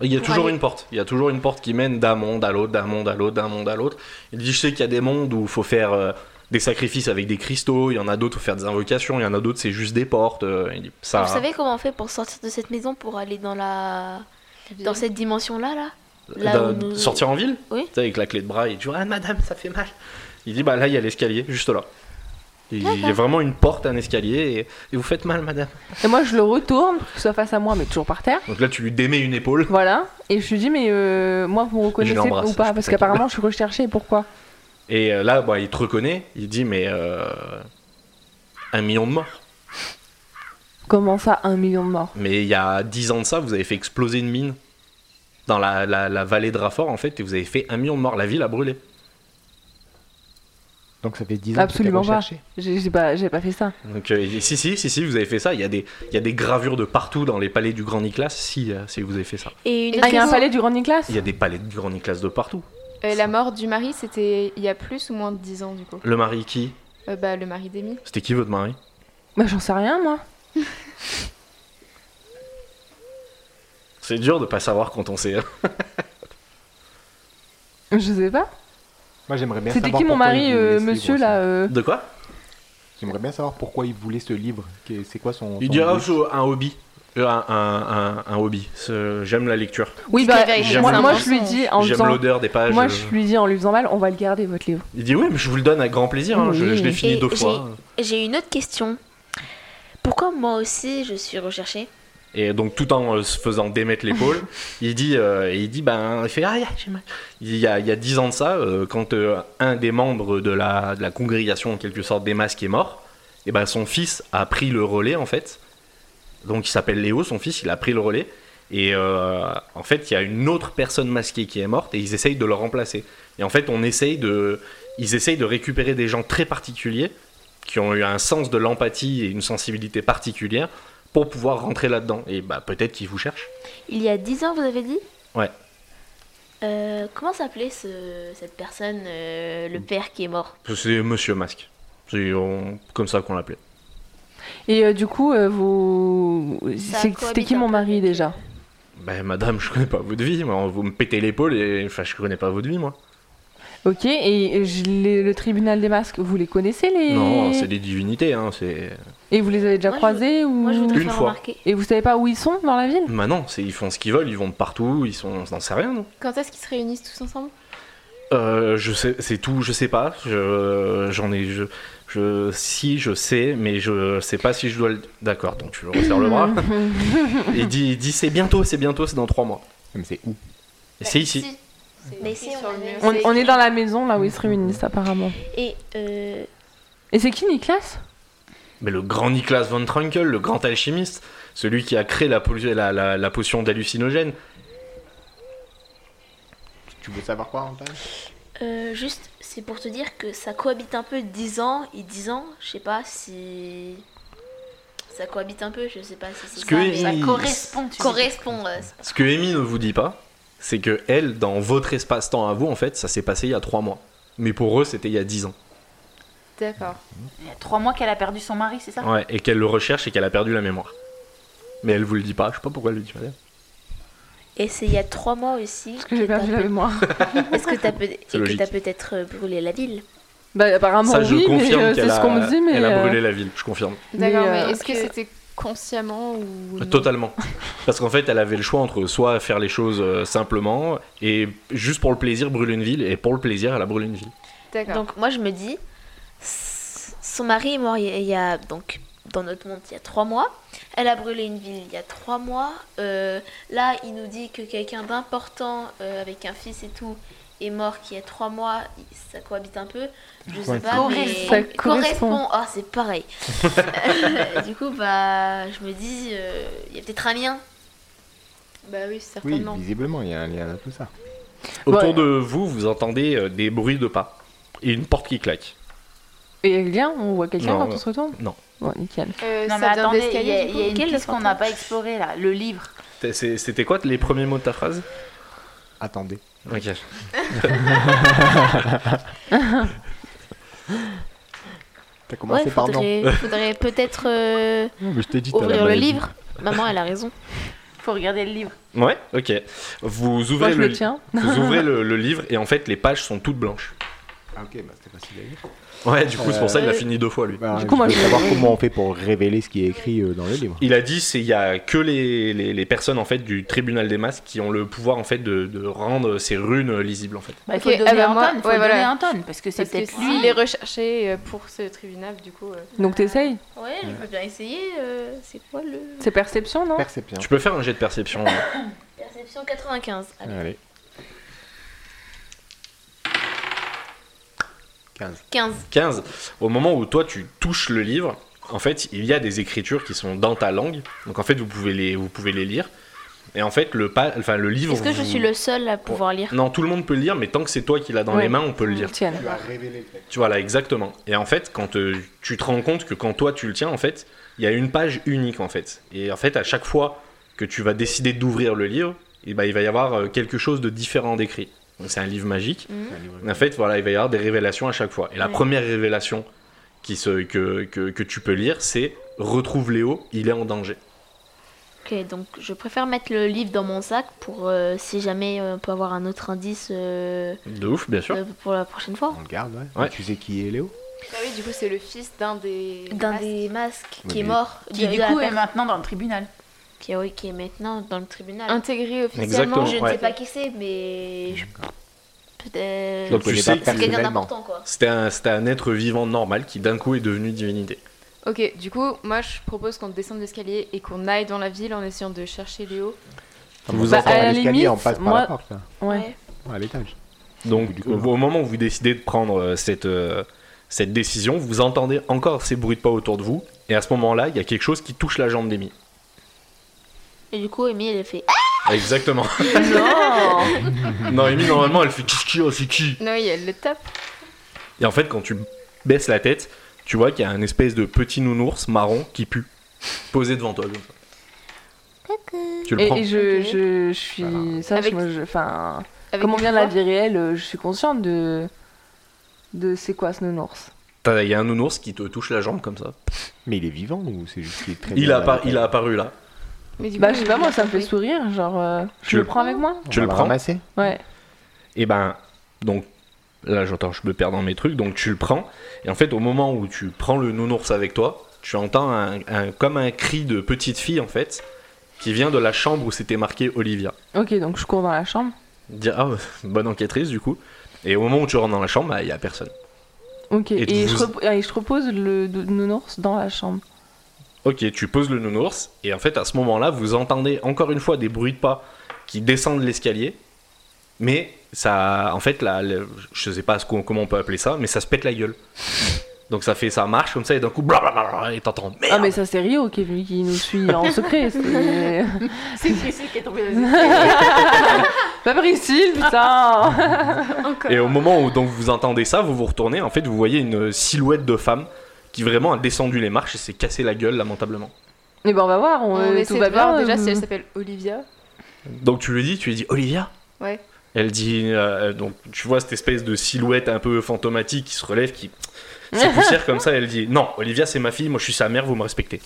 Il y a Pour toujours aller- une porte. Il y a toujours une porte qui mène d'un monde à l'autre, d'un monde à l'autre, d'un monde à l'autre. Il dit, je sais qu'il y a des mondes où il faut faire euh, des sacrifices avec des cristaux. Il y en a d'autres où faut faire des invocations. Il y en a d'autres c'est juste des portes. Euh, il dit, ça. Vous savez comment on fait pour sortir de cette maison pour aller dans la dans Euh, cette dimension là là là d'un- où nous- Sortir en ville. Oui. Tu sais, avec la clé de bras et tu vois, ah, madame, ça fait mal. Il dit, bah là, il y a l'escalier, juste là. Il il y a vraiment une porte, un escalier, et, et vous faites mal, madame. Et moi, je le retourne, pour qu'il soit face à moi, mais toujours par terre. Donc là, tu lui démets une épaule. Voilà. Et je lui dis, mais euh, moi, vous me reconnaissez l'embrasse, ou je pas peux Parce pas qu'apparemment, je suis recherchée. Pourquoi Et euh, là, bah, il te reconnaît. Il dit, mais euh, un million de morts. Comment ça, un million de morts Mais il y a 10 ans de ça, vous avez fait exploser une mine dans la, la- la vallée de Raffort, en fait, et vous avez fait un million de morts. La ville a brûlé. Donc ça fait 10 ans Absolument que t'es pas. recherché. J'ai j'ai pas, j'ai pas fait ça. Donc, euh, il- si, si, si, si, vous avez fait ça. Il y, a des, il y a des gravures de partout dans les palais du Grand Nicolas. Si, euh, si vous avez fait ça. Et une Ah, il y a un question- palais du Grand Nicolas Il y a des palais du Grand Nicolas de partout. Euh, la mort du mari, c'était il y a plus ou moins de 10 ans, du coup. Le mari qui Euh, bah, le mari d'Amy. C'était qui votre mari Bah, j'en sais rien, moi. C'est dur de pas savoir quand on sait. Je sais pas. Moi j'aimerais bien C'était savoir qui mon pourquoi mari, il voulait euh, ce livre monsieur, aussi. là euh, De quoi J'aimerais bien savoir pourquoi il voulait ce livre. Qu'est- C'est quoi son. Il son dit ah, but je- un hobby. Euh, Un, un- un- un hobby. Ce- J'aime la lecture. Oui, Parce qu'il bah, avait écrit J'aime moi, le- moi, je lui dis en lui J'aime euh. faisant... l'odeur des pages. Moi, je lui dis en lui faisant mal, on va le garder, votre livre. Il dit oui, mais je vous le donne à grand plaisir. hein. Je, je l'ai Oui. fini Et deux j'ai- fois. J'ai une autre question. Pourquoi moi aussi je suis recherchée Et donc tout en euh, se faisant démettre l'épaule, il dit, euh, il dit, ben, il fait, aïe, j'ai mal. Il y a, il y a 10 ans de ça, euh, quand euh, un des membres de la, de la congrégation, en quelque sorte, des masques est mort, et ben son fils a pris le relais, en fait. Donc il s'appelle Léo, son fils, il a pris le relais. Et euh, en fait, il y a une autre personne masquée qui est morte et ils essayent de le remplacer. Et en fait, on essaye de, ils essayent de récupérer des gens très particuliers qui ont eu un sens de l'empathie et une sensibilité particulière pour pouvoir rentrer là-dedans. Et bah peut-être qu'ils vous cherchent. Il y a 10 ans, vous avez dit Ouais. Euh, comment s'appelait ce, cette personne, euh, le père qui est mort C'est Monsieur Masque. C'est on- comme ça qu'on l'appelait. Et euh, du coup, euh, vous... Ça c'est- cohabite C'était qui un mon peu mari, avec, déjà Ben madame, je connais pas votre vie, moi. vous me pétez l'épaule et enfin je connais pas votre vie moi. Ok, et je l'ai- le tribunal des masques, vous les connaissez les Non, c'est des divinités, hein, c'est. Et vous les avez déjà Moi, je- croisés ou... Moi, je voudrais Une faire fois. remarquer. Et vous savez pas où ils sont dans la ville Bah non, c'est ils font ce qu'ils veulent, ils vont de partout, ils sont. On n'en sait rien, non Quand est-ce qu'ils se réunissent tous ensemble Euh, je sais, c'est tout, je sais pas. Je, j'en ai, je, je, si je sais, mais je sais pas si je dois. le... D'accord, donc tu resserres le bras. il dit, il dit, c'est bientôt, c'est bientôt, c'est dans trois mois. Mais c'est où Et c'est ici. Mais si, on avait- on, on est dans la maison là où ils se réunissent apparemment. Et euh, Et c'est qui Nicolas Mais le grand Niklas von Trunkel, le grand alchimiste, celui qui a créé la, polu- la, la- la potion d'hallucinogène. Tu veux savoir quoi, Antoine euh, juste, c'est pour te dire que ça cohabite un peu 10 ans et 10 ans, je sais pas si. Ça cohabite un peu, je sais pas si c'est Ce ça. que mais il- ça Ça correspond, tu sais. correspond. euh, Ce que Amy ne vous dit pas, c'est que elle, dans votre espace-temps à vous, en fait, ça s'est passé il y a trois mois. Mais pour eux, c'était il y a dix ans. D'accord. Il y a trois mois qu'elle a perdu son mari, c'est ça Ouais, et qu'elle le recherche et qu'elle a perdu la mémoire. Mais elle vous le dit pas, je sais pas pourquoi elle le dit pas. d'ailleurs. Et c'est il y a 3 mois aussi. Parce que j'ai perdu la mémoire. Est-ce que t'as peut- et que logique. t'as peut-être euh, brûlé la ville bah apparemment Ça, je oui, mais confirme euh, c'est qu'elle ce qu'on me a, dit, mais elle a euh, brûlé la ville, je confirme. D'accord, Mais, mais euh, est-ce que que- c'était consciemment ou. non Totalement. Parce qu'en fait, elle avait le choix entre soit faire les choses euh, simplement et juste pour le plaisir brûler une ville, et pour le plaisir, elle a brûlé une ville. D'accord. Donc moi je me dis, s- son mari est mort il y a- il y a donc dans notre monde il y a trois mois. Elle a brûlé une ville il y a trois mois. Euh, là il nous dit que quelqu'un d'important euh, avec un fils et tout est mort qui a 3 mois, ça cohabite un peu. Je Ouais, sais pas, ça- mais Ça Il correspond. correspond. Ah, c'est pareil. Euh, du coup, bah, je me dis, euh, il y a peut-être un lien. Bah oui, Oui, certainement. visiblement, il y a un lien à tout ça. Autour Ouais. de vous, vous entendez euh, des bruits de pas et une porte qui claque. euh, Et il y a quelqu'un On voit quelqu'un Non, quand non. on se retourne Non. Bon, nickel. Euh, Non, mais ça vient attendez, il y a, d'escalier. il y a une pièce qu'on n'a pas explorée là, le livre. C'est- c'est- C'était quoi les premiers mots de ta phrase Attendez. Ok. T'as commencé par non. faudrait, faudrait peut-être euh, Non, Mais je t'ai dit, t'as la ouvrir le maladie. livre. Maman, elle a raison. Faut regarder le livre. Ouais, ok. Vous Moi, ouvrez, je le le, tiens. vous ouvrez le- le livre et en fait les pages sont toutes blanches. Ah, ok, bah, c'était facile à lire. Ouais, du coup c'est pour ça qu'il a Euh, fini deux fois lui. Bah, Du coup, moi, je je- veux savoir comment on fait pour révéler ce qui est écrit euh, dans le livre. Il a dit c'est il y a que les, les, les personnes en fait du tribunal des masques qui ont le pouvoir en fait de, de rendre ces runes lisibles en fait. Bah, il Ok, faut le donner ah bah à moi- Anton, faut ouais, le voilà. donner à Anton, parce que c'est Parce que peut-être s'il lui. est recherché euh, pour ce tribunal, du coup. euh, Donc t'essayes Ouais, je peux bien essayer. euh, c'est quoi le. C'est perception, non Perception. Tu peux faire un jet de perception. hein. Perception 95. Allez. Allez. 15. 15. 15. Au moment où toi tu touches le livre, en fait il y a des écritures qui sont dans ta langue. Donc en fait vous pouvez les vous pouvez les lire. Et en fait le pas enfin le livre. Est-ce que je vous- suis le seul à pouvoir lire Non tout le monde peut le lire mais tant que c'est toi qui l'as dans Ouais. les mains on peut le lire. Tienne. as révélé le texte. Tu vois là, exactement. Et en fait, quand euh, tu te rends compte que quand toi tu le tiens, en fait, il y a une page unique en fait. Et en fait, à chaque fois que tu vas décider d'ouvrir le livre, eh ben, il va y avoir euh, quelque chose de différent décrit. Donc c'est un livre magique. En fait, voilà, il va y avoir des révélations à chaque fois. Et la Mmh. Ouais. première révélation qui se, que, que, que tu peux lire, c'est Retrouve Léo, il est en danger. Ok, donc je préfère mettre le livre dans mon sac pour euh, si jamais euh, on peut avoir un autre indice euh, De ouf, bien sûr. euh, pour la prochaine fois. On le garde, ouais. Ouais. Tu sais qui est Léo Bah oui, du coup, c'est le fils d'un des. D'un masques. des masques Oui, qui est mais- mort, Qui du de la coup est per- maintenant dans le tribunal. qui, oui, qui est maintenant dans le tribunal. Intégré officiellement. Exactement, je ne ouais. sais pas qui c'est, mais je... peut-être Donc, Je le tu connais sais pas que c'est quelqu'un personnellement. d'important quoi. C'était un, c'était un être vivant normal qui d'un coup est devenu divinité. Ok, du coup, moi je propose qu'on descende l'escalier et qu'on aille dans la ville en essayant de chercher Léo. Vous Bah, entend à la limite, on passe par moi- la porte, là. Ouais. à l'étage. Donc Du coup, au, non. au moment où vous décidez de prendre euh, cette, euh, cette décision, vous entendez encore ces bruits de pas autour de vous, et à ce moment-là, il y a quelque chose qui touche la jambe d'Emmy. Et du coup, Amy, elle fait Exactement. Non non, Amy, normalement, elle fait Qu'est-ce qu'il y a C'est qui Non, oui, elle le tape. Et en fait, quand tu baisses la tête, tu vois qu'il y a un espèce de petit nounours marron qui pue, posé devant toi. comme ça. Tu le Et, prends. et je, Ok. je, je suis. Voilà. Ça, Avec- je, enfin, Avec comment une vient la foi. vie réelle euh, Je suis consciente de. de c'est quoi ce nounours T'as- Il y a un nounours qui te touche la jambe comme ça. Mais il est vivant ou c'est juste qu'il est très Il bien a, à appar- l'étage il a apparu là. Mais du Bah, coup, je sais pas, il moi, a ça me fait compris. sourire. Genre, euh, Tu je le le prends avec moi On Tu va le prends ramasser Ouais. Et ben, donc là, j'entends, je me perds dans mes trucs, donc tu le prends. Et en fait, au moment où tu prends le nounours avec toi, tu entends un, un- comme un cri de petite fille, en fait, qui vient de la chambre où c'était marqué Olivia. Ok, donc je cours dans la chambre. Dire, ah, bonne enquêtrice, du coup. Et au moment où tu rentres dans la chambre, bah, il y a personne. Ok, Et et, vous- je, rep- et je repose le d- nounours dans la chambre. Ok, tu poses le nounours, et en fait, à ce moment-là, vous entendez encore une fois des bruits de pas qui descendent l'escalier, mais ça, en fait, là, le- je sais pas ce qu'on- comment on peut appeler ça, mais ça se pète la gueule. Donc ça fait, ça marche comme ça, et d'un coup, blablabla, et t'entends, merde. Ah, mais ça, c'est Rio qui, est venu- qui nous suit en secret. c'est- C'est celui qui est tombé Pas par ici, putain Encore. Et au moment où donc vous entendez ça, vous vous retournez, en fait, vous voyez une silhouette de femme qui vraiment a descendu les marches et s'est cassée la gueule lamentablement. Et ben, on va voir, on, On euh, essaie tout de va bien. voir déjà euh, si elle s'appelle Olivia. Donc tu lui dis, tu lui dis, Olivia. Ouais. Elle dit, euh, donc tu vois cette espèce de silhouette un peu fantomatique qui se relève, qui se poussière comme ça. Elle dit, non, Olivia, c'est ma fille, moi je suis sa mère, vous me respectez.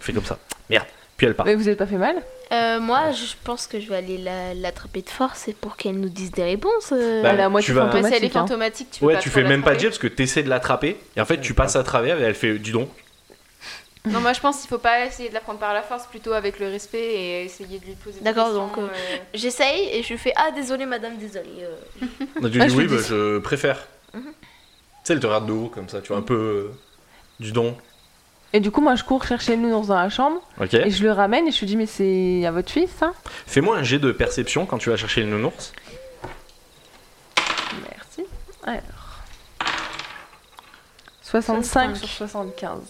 Fait comme ça, merde. Puis elle part. Mais vous êtes pas fait mal Euh, Moi, je pense que je vais aller la- l'attraper de force et pour qu'elle nous dise des réponses. euh. Bah, Elle est à moitié tu vas- Bah, si elle est fantomatique. hein. fantomatique, tu peux Ouais, pas tu trop fais même pas de l'attraper. jet parce que t'essaies de l'attraper et en fait tu passes à travers et elle fait, dis donc. Non, moi je pense qu'il faut pas essayer de la prendre par la force, plutôt avec le respect et essayer de lui poser des D'accord, questions, donc, euh, euh, J'essaye et je fais Ah, désolé madame, désolé. euh. Tu lui dis, Ah, je oui, lui dis bah, je préfère. Mhm. Tu sais, elle te regarde de haut comme ça, tu vois, un peu. euh, dis donc. Et du coup, moi, je cours chercher le nounours dans la chambre Ok. et je le ramène et je lui dis, mais c'est à votre fils, hein. ça Fais-moi un jet de perception quand tu vas chercher le nounours. Alors. 65 sur sur 75.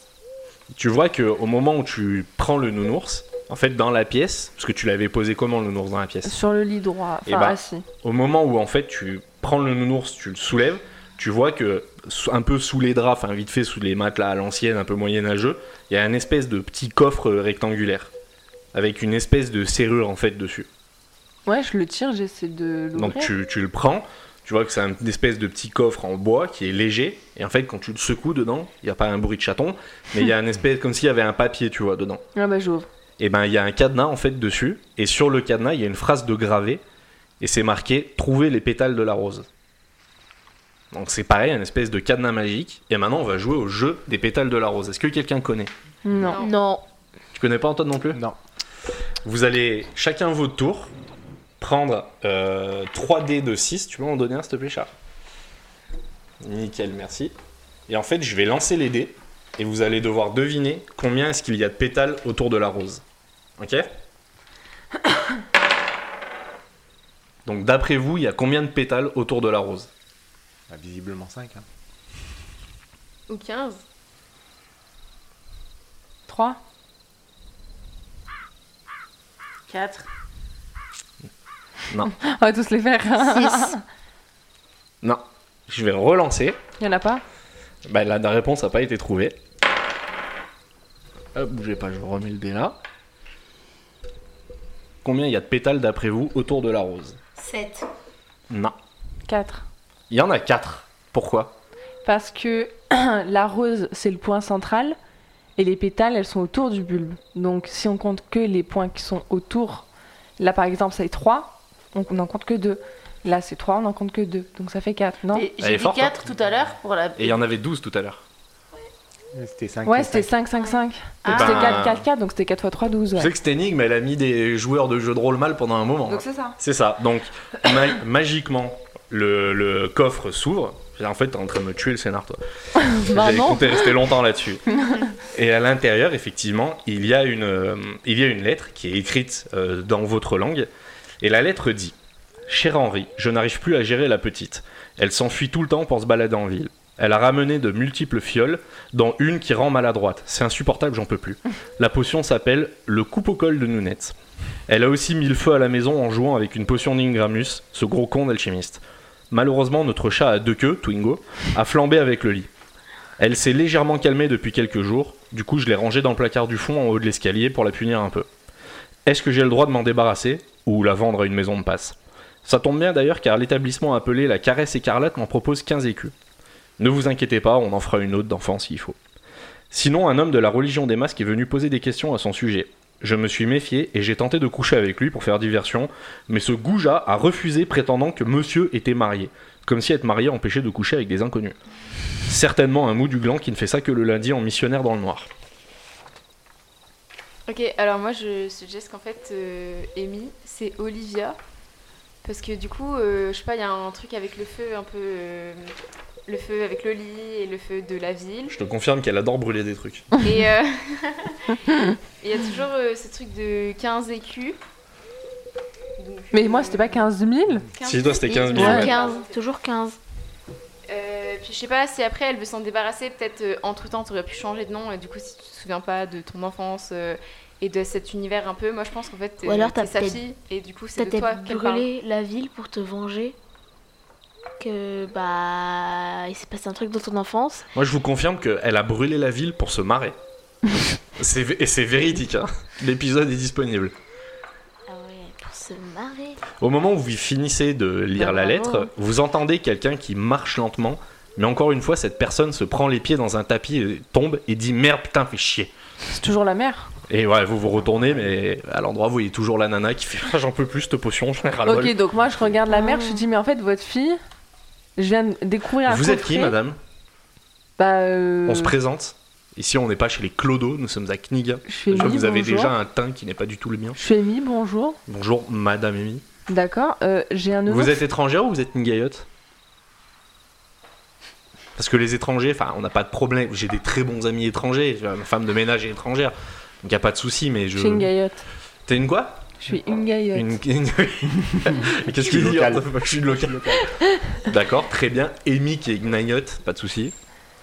Tu vois que au moment où tu prends le nounours, en fait, dans la pièce, parce que tu l'avais posé comment le nounours dans la pièce Sur le lit droit, Eh enfin bah. assis. Au moment où en fait tu prends le nounours, tu le soulèves, tu vois que sous- un peu sous les draps, enfin vite fait sous les matelas à l'ancienne, un peu moyenâgeux, il y a une espèce de petit coffre euh, rectangulaire avec une espèce de serrure en fait dessus. Ouais, je le tire, j'essaie de l'ouvrir. Donc tu, tu le prends, tu vois que c'est un- une espèce de petit coffre en bois qui est léger, et en fait quand tu le secoues dedans, il n'y a pas un bruit de chaton, mais il y a un espèce comme s'il y avait un papier, tu vois, dedans. Ah bah j'ouvre. Et ben il y a un cadenas en fait dessus, et sur le cadenas il y a une phrase de gravé, et c'est marqué Trouver les pétales de la rose. Donc c'est pareil, une espèce de cadenas magique, et maintenant on va jouer au jeu des pétales de la rose. Est-ce que quelqu'un connaît Non. euh, Non. Non. Tu connais pas Antoine non plus Non. Vous allez chacun votre tour prendre euh, 3 dés de 6. Tu peux m'en donner un, s'il te plaît, Charles Nickel, merci. Et en fait, je vais lancer les dés et vous allez devoir deviner combien est-ce qu'il y a de pétales autour de la rose. Ok Donc, d'après vous, il y a combien de pétales autour de la rose Ah, visiblement 5. Hein. Ou 15 3 4. On va tous les faire. Non. Je vais relancer. Il y en a pas Bah, la, la réponse n'a pas été trouvée. Hop, bougez pas, je remets le dé là. Combien il y a de pétales d'après vous autour de la rose 7. Non. 4. Il y en a 4. Pourquoi Parce que la rose, c'est le point central et les pétales, elles sont autour du bulbe. Donc si on compte que les points qui sont autour, là par exemple, c'est 3, on n'en compte que 2. Là, c'est 3, on n'en compte que 2. Donc ça fait 4, non Et Elle est J'ai dit forte, hein. 4 tout à l'heure pour la. Et il y en avait 12 tout à l'heure. C'était 5. Ouais, c'était 5, 5, 5. Donc Ah. c'était Ben- 4, 4, 4, donc c'était 4 x 3, 12. Tu ouais. sais que cette énigme, elle a mis des joueurs de jeux de rôle mal pendant un moment. hein. c'est ça. C'est ça. Donc, ma- magiquement, le, le coffre s'ouvre. En fait, t'es en train de me tuer le scénar, toi. Bah J'avais non. compté rester longtemps là-dessus. Et à l'intérieur, effectivement, il y, a une, euh, il y a une lettre qui est écrite euh, dans votre langue. Et la lettre dit Cher Henri, je n'arrive plus à gérer la petite. Elle s'enfuit tout le temps pour se balader en ville. Elle a ramené de multiples fioles, dont une qui rend maladroite. C'est insupportable, j'en peux plus. La potion s'appelle le coupe au col de Nounette. Elle a aussi mis le feu à la maison en jouant avec une potion d'Ingramus, ce gros con d'alchimiste. Malheureusement, notre chat à deux queues, Twingo, a flambé avec le lit. Elle s'est légèrement calmée depuis quelques jours, du coup je l'ai rangée dans le placard du fond en haut de l'escalier pour la punir un peu. Est-ce que j'ai le droit de m'en débarrasser ou la vendre à une maison de passe Ça tombe bien d'ailleurs car l'établissement appelé la caresse écarlate m'en propose 15 écus. Ne vous inquiétez pas, on en fera une autre d'enfant s'il faut. Sinon, un homme de la religion des masques est venu poser des questions à son sujet. Je me suis méfié et j'ai tenté de coucher avec lui pour faire diversion, mais ce goujat a refusé prétendant que monsieur était marié, comme si être marié empêchait de coucher avec des inconnus. Certainement un mou du gland qui ne fait ça que le lundi en missionnaire dans le noir. Ok, alors moi je suggère qu'en fait, euh, Amy, c'est Olivia. Parce que du coup, euh, je sais pas, il y a un truc avec le feu un peu. euh, le feu avec le lit et le feu de la ville. Je te confirme qu'elle adore brûler des trucs. Et euh, il y a toujours euh, ce truc de 15 écus. Donc, Mais euh, moi, c'était pas 15 000 15 Si toi c'était 15 000. Ouais. ouais. 15. Toujours 15. Euh, puis je sais pas si après elle veut s'en débarrasser, peut-être entre temps tu aurais pu changer de nom et du coup si tu te souviens pas de ton enfance euh, et de cet univers un peu, moi je pense qu'en fait Ou euh, alors t'es t'as sa peut-être- fille et du coup c'est T'as de toi peut-être qu'elle parle. brûlé la ville pour te venger que bah il s'est passé un truc dans ton enfance. Moi je vous confirme qu'elle a brûlé la ville pour se marrer. C'est vé- et c'est véridique, hein. l'épisode est disponible. Ah ouais, pour se marrer. Au moment où vous finissez de lire Ah, la bravo. lettre, vous entendez quelqu'un qui marche lentement, mais encore une fois cette personne se prend les pieds dans un tapis, et tombe et dit merde putain fait chier. C'est toujours la mère. Et ouais vous vous retournez mais à l'endroit vous voyez toujours la nana qui fait Ah, j'en peux plus cette potion, j'en ai ras le bol. Ok, donc moi, je regarde la mère, je me dis, mais en fait, votre fille, je viens de découvrir un Vous êtes qui coffret. madame Bah, euh, On se présente. Ici, on n'est pas chez les Clodos, nous sommes à Kniga. Je suis Je Amy, vous avez bonjour. déjà un teint qui n'est pas du tout le mien. Je suis Amy, bonjour. Bonjour, Madame Amy. D'accord, euh, j'ai un nouveau. Vous êtes étrangère ou vous êtes Nigayote Parce que les étrangers, enfin, on n'a pas de problème. J'ai des très bons amis étrangers. Ma femme de ménage est étrangère. Donc, il n'y a pas de souci, mais je. Chez une gaillotte. T'es une quoi Je suis une gaillotte. Une- une- Qu'est-ce qu'il dit Local. What the fuck, Je suis de local. D'accord, très bien. Amy qui est gnayotte, pas de souci.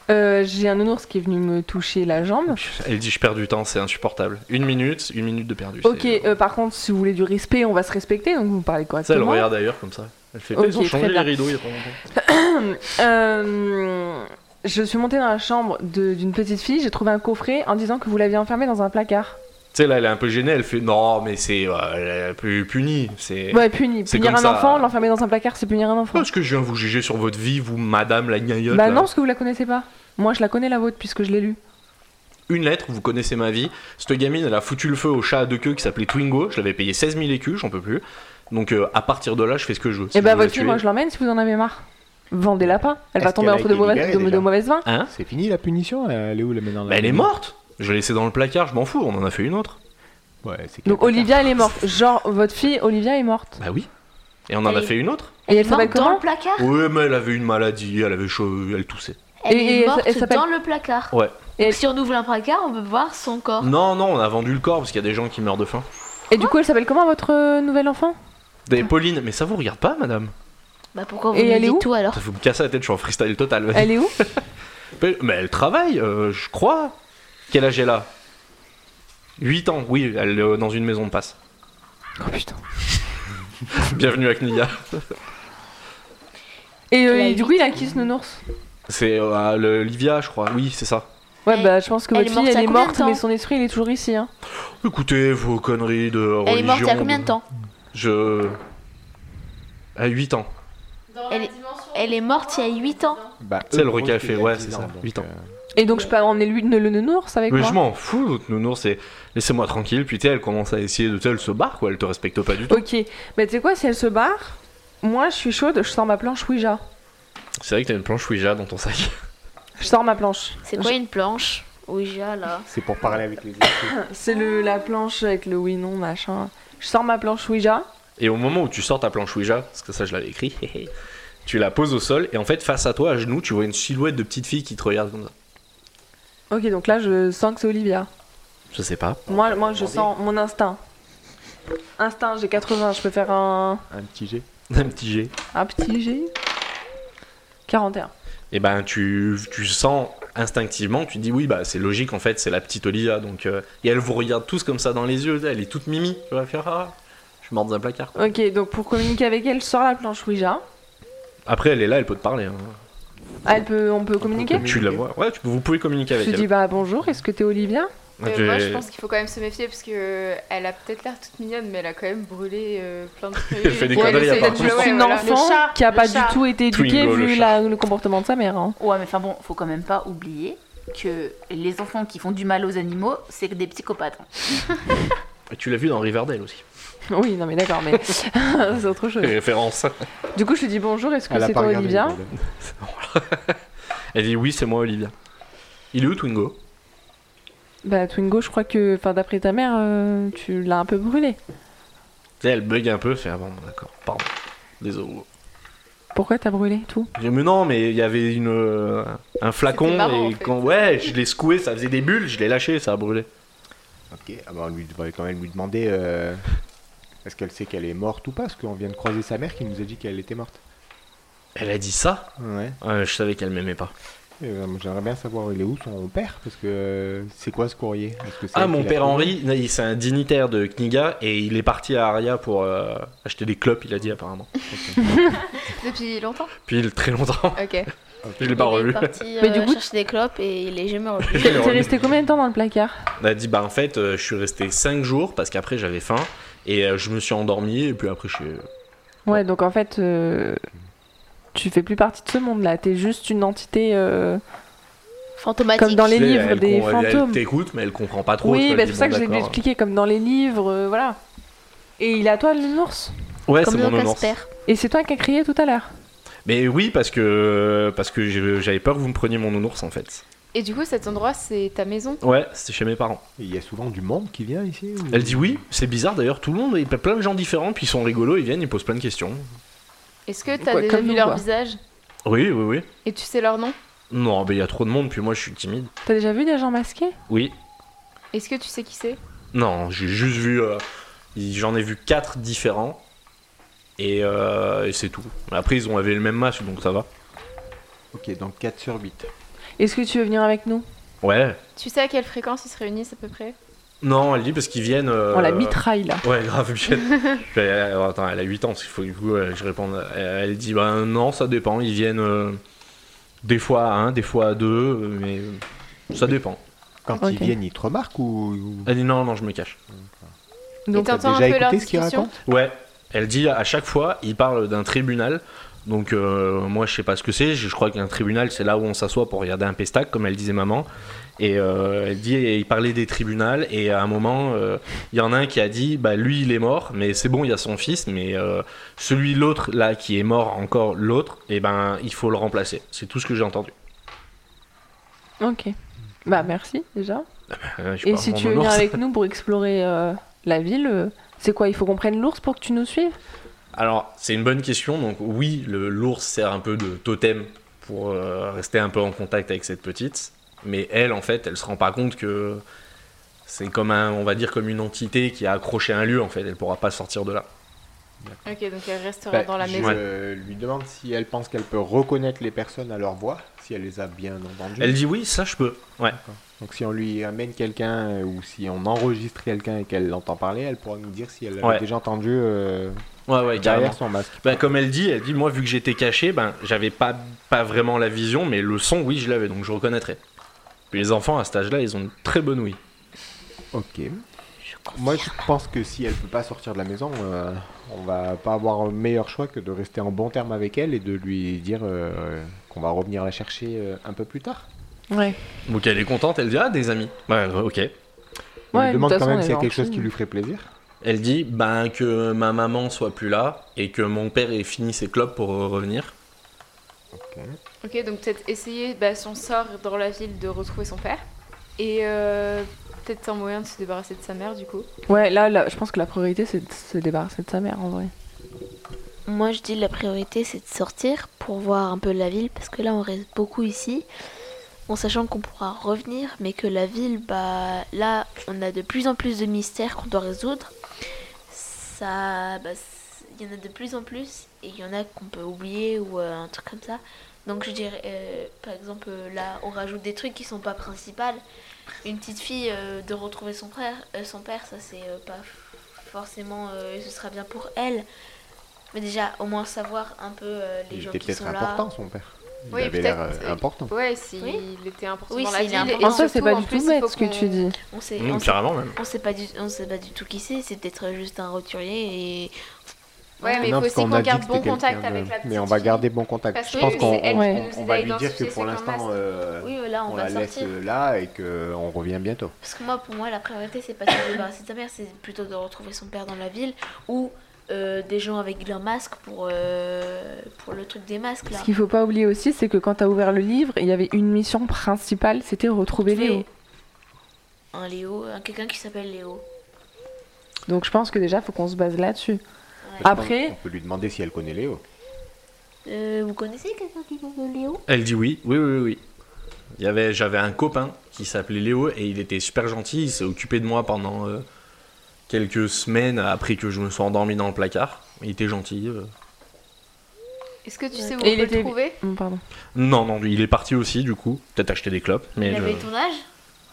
Euh, J'ai un nounours qui est venu me toucher la jambe. Elle dit je perds du temps, c'est insupportable. Une minute, une minute de perdu. Ok, c'est- euh, par contre, si vous voulez du respect, on va se respecter, donc vous me parlez Ça, elle correctement. regarde d'ailleurs comme ça. Elle fait Ok, ils ont changé très les bien. rideaux il y a pas longtemps. Euh, je suis montée dans la chambre de- d'une petite fille, j'ai trouvé un coffret en disant que vous l'aviez enfermé dans un placard. Tu sais, là, elle est un peu gênée, elle fait non, mais c'est euh, plus puni. C'est. Ouais, puni. c'est Punir comme un ça. enfant, l'enfermer dans un placard, c'est punir un enfant. Parce que je viens vous juger sur votre vie, vous, madame la gnayotte. bah là. non, parce que vous la connaissez pas. Moi, je la connais la vôtre puisque je l'ai lue. Une lettre, vous connaissez ma vie. Cette gamine, elle a foutu le feu au chat à deux queues qui s'appelait Twingo. Je l'avais payé 16 000 écus, j'en peux plus. Donc euh, à partir de là, je fais ce que je veux. Si Et bah, je veux la votre fille, tuer- moi, je l'emmène si vous en avez marre. Vendez-la pas. Elle va Est-ce tomber qu'elle a entre de été mauvaises, libérée, de, déjà de mauvaises mains. Hein C'est fini la punition Elle est où la maintenant Bah, elle est morte Je l'ai laissée dans le placard, je m'en fous, on en a fait une autre. Ouais, c'est Donc, Olivia, elle est morte. Genre, votre fille, Olivia, est morte. Bah oui. Et on en a Oui. fait une autre Et elle s'appelle Morte dans comment le placard Oui, mais elle avait une maladie, elle avait chaud, elle toussait. Elle Et- et est elle- morte elle s'appelle- dans le placard. Ouais. Et- Mm. Et si on ouvre un placard, on peut voir son corps. Non, non, on a vendu le corps parce qu'il y a des gens qui meurent de faim. Et du coup, elle s'appelle comment votre euh, nouvel enfant Des Pauline, mais ça vous regarde pas, madame Bah pourquoi vous Et me elle est où dites tout alors Ça vous me cassez la tête, je suis en freestyle total. vas-y. Elle est où Mais elle travaille, euh, je crois. Quel âge elle a 8 ans, oui, elle est euh, dans une maison de passe. Oh putain. Bienvenue à Knia. Et, euh, Elle a et du coup, il a qui ce nounours C'est euh, à le- Livia, je crois. Oui, c'est ça. Ouais, Elle- bah, je pense que elle votre est morte fille, il elle y a est combien de morte, temps mais son esprit, il est toujours ici. Hein. Écoutez, vos conneries de religion. Elle est morte il y a combien de temps Je. À 8 ans. Dans Elle la est- dimension- elle est morte il y a huit ans. C'est le recafé, ouais, c'est ça, huit ans. Et donc, je peux emmener lui- le, le nounours avec Mais moi je m'en fous, l'autre nounours, c'est laissez-moi tranquille. Puis tu sais, elle commence à essayer de. tu sais, Elle se barre, quoi, elle te respecte pas du tout. Ok, mais tu sais quoi, si elle se barre, moi je suis chaude, je sors ma planche Ouija. C'est vrai que t'as une planche Ouija dans ton sac. Je sors ma planche. C'est quoi une planche Ouija là. C'est pour parler avec les esprits. C'est le la planche avec le oui non machin. Je sors ma planche Ouija. Et au moment où tu sors ta planche Ouija, parce que ça je l'avais écrit, tu la poses au sol et en fait, face à toi, à genoux, tu vois une silhouette de petite fille qui te regarde comme ça. Ok, donc là je sens que c'est Olivia. Je sais pas. Moi, moi je sens mon instinct. Instinct, j'ai 80, je peux faire un, Un petit G. Un petit G. un petit G. 41. Et ben tu, tu sens instinctivement, tu dis oui, bah c'est logique en fait, c'est la petite Olivia. Donc, euh, et elle vous regarde tous comme ça dans les yeux, elle est toute mimi. Tu vas faire ah, je suis morte dans un placard. quoi. Ok, donc pour communiquer avec elle, je sors la planche Ouija. Après, elle est là, elle peut te parler. hein. Ah, elle peut, on peut communiquer Tu la vois. Ouais, tu- vous pouvez communiquer avec Je elle. dis bah bonjour, est-ce que t'es Olivia Euh, Tu- moi, je pense qu'il faut quand même se méfier parce que euh, elle a peut-être l'air toute mignonne, mais elle a quand même brûlé euh, plein de trucs. Elle fait des Ouais, conneries, c'est à part peut-être tout. le- ouais, une voilà. enfant Le chat, qui a le pas chat. du tout été éduquée Twingo, le vu chat. la- le comportement de sa mère. hein. Ouais, mais enfin bon, faut quand même pas oublier que les enfants qui font du mal aux animaux, c'est que des psychopathes. hein. Et Tu l'as vu dans Riverdale aussi. Oui, non mais d'accord, mais c'est autre chose. Référence. Du coup, je lui dis bonjour, est-ce que Elle a c'est pas toi regardé Olivia les problèmes. Elle dit oui, c'est moi Olivia. Il est où Twingo Bah Twingo, je crois que, enfin d'après ta mère, euh, tu l'as un peu brûlé. Tu sais, elle bug un peu, fait ah bon, d'accord, pardon. Désolé. Pourquoi t'as brûlé tout Je dis, Mais non, mais il y avait une, euh, un flacon C'était marrant, et en fait. quand ouais, je l'ai secoué, ça faisait des bulles, je l'ai lâché, ça a brûlé. Ok, ah bah, on lui devrait quand même lui demander euh, est-ce qu'elle sait qu'elle est morte ou pas Parce qu'on vient de croiser sa mère qui nous a dit qu'elle était morte. Elle a dit ça Ouais. Euh, Je savais qu'elle m'aimait pas. Et, euh, moi, J'aimerais bien savoir il est où son père Parce que euh, c'est quoi ce courrier Est-ce que c'est Ah, elle qui mon l'a père trouvé Henri, il- c'est un dignitaire de Kniga et il est parti à Aria pour euh, acheter des clopes, il a dit apparemment. Depuis longtemps Puis il très longtemps, Ok. je l'ai pas il est revu. parti Mais euh, du coup- chercher des clopes et il est jamais revenu. Je l'ai T'es revu. resté combien de temps dans le placard Elle a dit bah en fait euh, je suis resté 5 jours parce qu'après j'avais faim et euh, je me suis endormi et puis après je suis... Ouais, donc en fait, euh, tu fais plus partie de ce monde-là. T'es juste une entité. euh, Fantomatique. Comme dans les- Tu sais, livres elle des con- elle- fantômes. Elle t'écoute mais elle comprend pas trop. tu Oui, vois, bah, elle c'est dit, pour ça bon, que j'ai dû d'accord. expliquer comme dans les livres, euh, voilà. Et il est à toi le nounours. Ouais Comme c'est mon le honneur. Casper. Et c'est toi qui as crié tout à l'heure. Mais oui parce que parce que je- j'avais peur que vous me preniez mon nounours en fait. Et du coup, cet endroit, c'est ta maison Ouais, c'était chez mes parents. Il y a souvent du monde qui vient ici ou- Elle dit oui, c'est bizarre d'ailleurs, tout le monde, il y a plein de gens différents, puis ils sont rigolos, ils viennent, ils posent plein de questions. Est-ce que t'as Ouais, déjà comme vu nous, leur quoi. visage Oui, oui, oui. Et tu sais leur nom Non, mais il y a trop de monde, puis moi je suis timide. T'as déjà vu des gens masqués Oui. Est-ce que tu sais qui c'est Non, j'ai juste vu euh, J'en ai vu quatre différents. Et, euh, et c'est tout. Après, ils ont avait le même match, donc ça va. Ok, donc 4 sur 8. Est-ce que tu veux venir avec nous Ouais. Tu sais à quelle fréquence ils se réunissent à peu près Non, elle dit parce qu'ils viennent. euh, On Oh, la mitraille là. Ouais, grave, Michel. Je vais- euh, attends, elle a 8 ans, parce qu'il faut que, du coup euh, je réponde. Elle, elle dit bah non, ça dépend. Ils viennent euh, des fois à 1, des fois à 2, euh, mais euh, ça dépend. Quand Ok. ils viennent, ils te remarquent ou. Euh, Elle dit non, non, je me cache. Et Donc, T'as t'entends un déjà peu leur écouté ce qu'ils discussion racontent Ouais, elle dit à chaque fois, il parle d'un tribunal. Donc euh, moi je sais pas ce que c'est, je je crois qu'un tribunal c'est là où on s'assoit pour regarder un pestac comme elle disait maman. Et euh, elle dit, et il parlait des tribunaux et à un moment euh, il y en a un qui a dit bah lui il est mort mais c'est bon il y a son fils mais euh, celui l'autre là qui est mort encore l'autre et ben il faut le remplacer. C'est tout ce que j'ai entendu. Ok. Bah merci déjà. Euh, je suis Et pas si vraiment tu veux mort. venir avec nous pour explorer euh, la ville, euh, c'est quoi Il faut qu'on prenne l'ours pour que tu nous suives Alors, c'est une bonne question. Donc, oui, le- l'ours sert un peu de totem pour euh, rester un peu en contact avec cette petite. Mais elle, en fait, elle se rend pas compte que c'est comme un, on va dire, comme une entité qui a accroché un lieu. En fait, elle pourra pas sortir de là. Ok, donc elle restera Bah, dans la je maison. lui demande si elle pense qu'elle peut reconnaître les personnes à leur voix, si elle les a bien entendues. Elle dit oui, ça je peux. Ouais. Donc si on lui amène quelqu'un euh, ou si on enregistre quelqu'un et qu'elle l'entend parler, elle pourra nous dire si elle l'avait Ouais. déjà entendu euh, Ouais, ouais, carrément. derrière son masque. Ben, comme elle dit, elle dit moi vu que j'étais caché, ben j'avais pas pas vraiment la vision, mais le son, oui, je l'avais, donc je reconnaîtrais. Puis les enfants à cet âge-là, ils ont une très bonne ouïe. Ok. Moi je pense que si elle peut pas sortir de la maison, euh, on va pas avoir un meilleur choix que de rester en bon terme avec elle et de lui dire euh, qu'on va revenir la chercher euh, un peu plus tard. Ouais. Donc elle est contente, elle dit ah des amis. Ouais, ok. On Ouais, lui de demande toute quand façon, même on s'il y a est quelque chose gentils. qui lui ferait plaisir. Elle dit ben, que ma maman soit plus là et que mon père ait fini ses clopes pour euh, revenir. Ok, donc peut-être essayer bah, son sort dans la ville de retrouver son père. Et euh, peut-être un moyen de se débarrasser de sa mère du coup. Ouais, là, là, je pense que la priorité c'est de se débarrasser de sa mère en vrai. Moi, je dis la priorité, c'est de sortir pour voir un peu la ville, parce que là, on reste beaucoup ici, en sachant qu'on pourra revenir, mais que la ville, bah, là, on a de plus en plus de mystères qu'on doit résoudre. Ça, bah, c- il y en a de plus en plus, et il y en a qu'on peut oublier ou euh, un truc comme ça. Donc, je dirais, euh, par exemple, euh, là, on rajoute des trucs qui sont pas principales. Une petite fille euh, de retrouver son frère, euh, son père, ça c'est euh, pas f- forcément, euh, ce sera bien pour elle. Mais déjà, au moins savoir un peu euh, les Il gens était qui sont peut-être là. important son père. Il Oui, avait l'air peut-être, euh, oui. important. Ouais, s'il Oui. était important Oui, dans la s'il est ville. important. et En soi, c'est surtout, pas en du plus, tout il faut bête ce que qu'on- tu dis. On sait, Mmh, on sait- carrément même. on sait pas du, on sait pas du tout qui c'est. C'est peut-être juste un roturier et Ouais, mais il Non, faut parce aussi qu'on a dit garde que bon c'était contact quelqu'un de- avec la petite Mais on va fille. garder bon contact. Parce je que pense c'est qu'on elle qui ouais. peut nous on aider va à lui dire que identifier pour ceux qu'on l'instant, masque. euh, oui, voilà, on, on va la laisse sortir. euh, là et qu'on revient bientôt. Parce que moi, pour moi, la priorité, c'est pas de se débarrasser de sa mère, c'est plutôt de retrouver son père dans la ville ou euh, des gens avec leur masque pour euh, pour le truc des masques là. Ce qu'il faut pas oublier aussi, c'est que quand t'as ouvert le livre, il y avait une mission principale, c'était retrouver Trouver Léo. Un Léo, un- quelqu'un qui s'appelle Léo. Donc je pense que déjà faut qu'on se base là-dessus. Ouais. Après, On peut lui demander si elle connaît Léo. Euh, vous connaissez quelqu'un qui s'appelle Léo Elle dit oui, oui, oui, oui. Il y avait, j'avais un copain qui s'appelait Léo et il était super gentil. Il s'est occupé de moi pendant euh, quelques semaines après que je me sois endormi dans le placard. Il était gentil. euh. Est-ce que tu sais où on Et il peut le était- trouver Oh, pardon. Non, non, il est parti aussi du coup. Peut-être acheter des clopes. Mais Il je- avait ton âge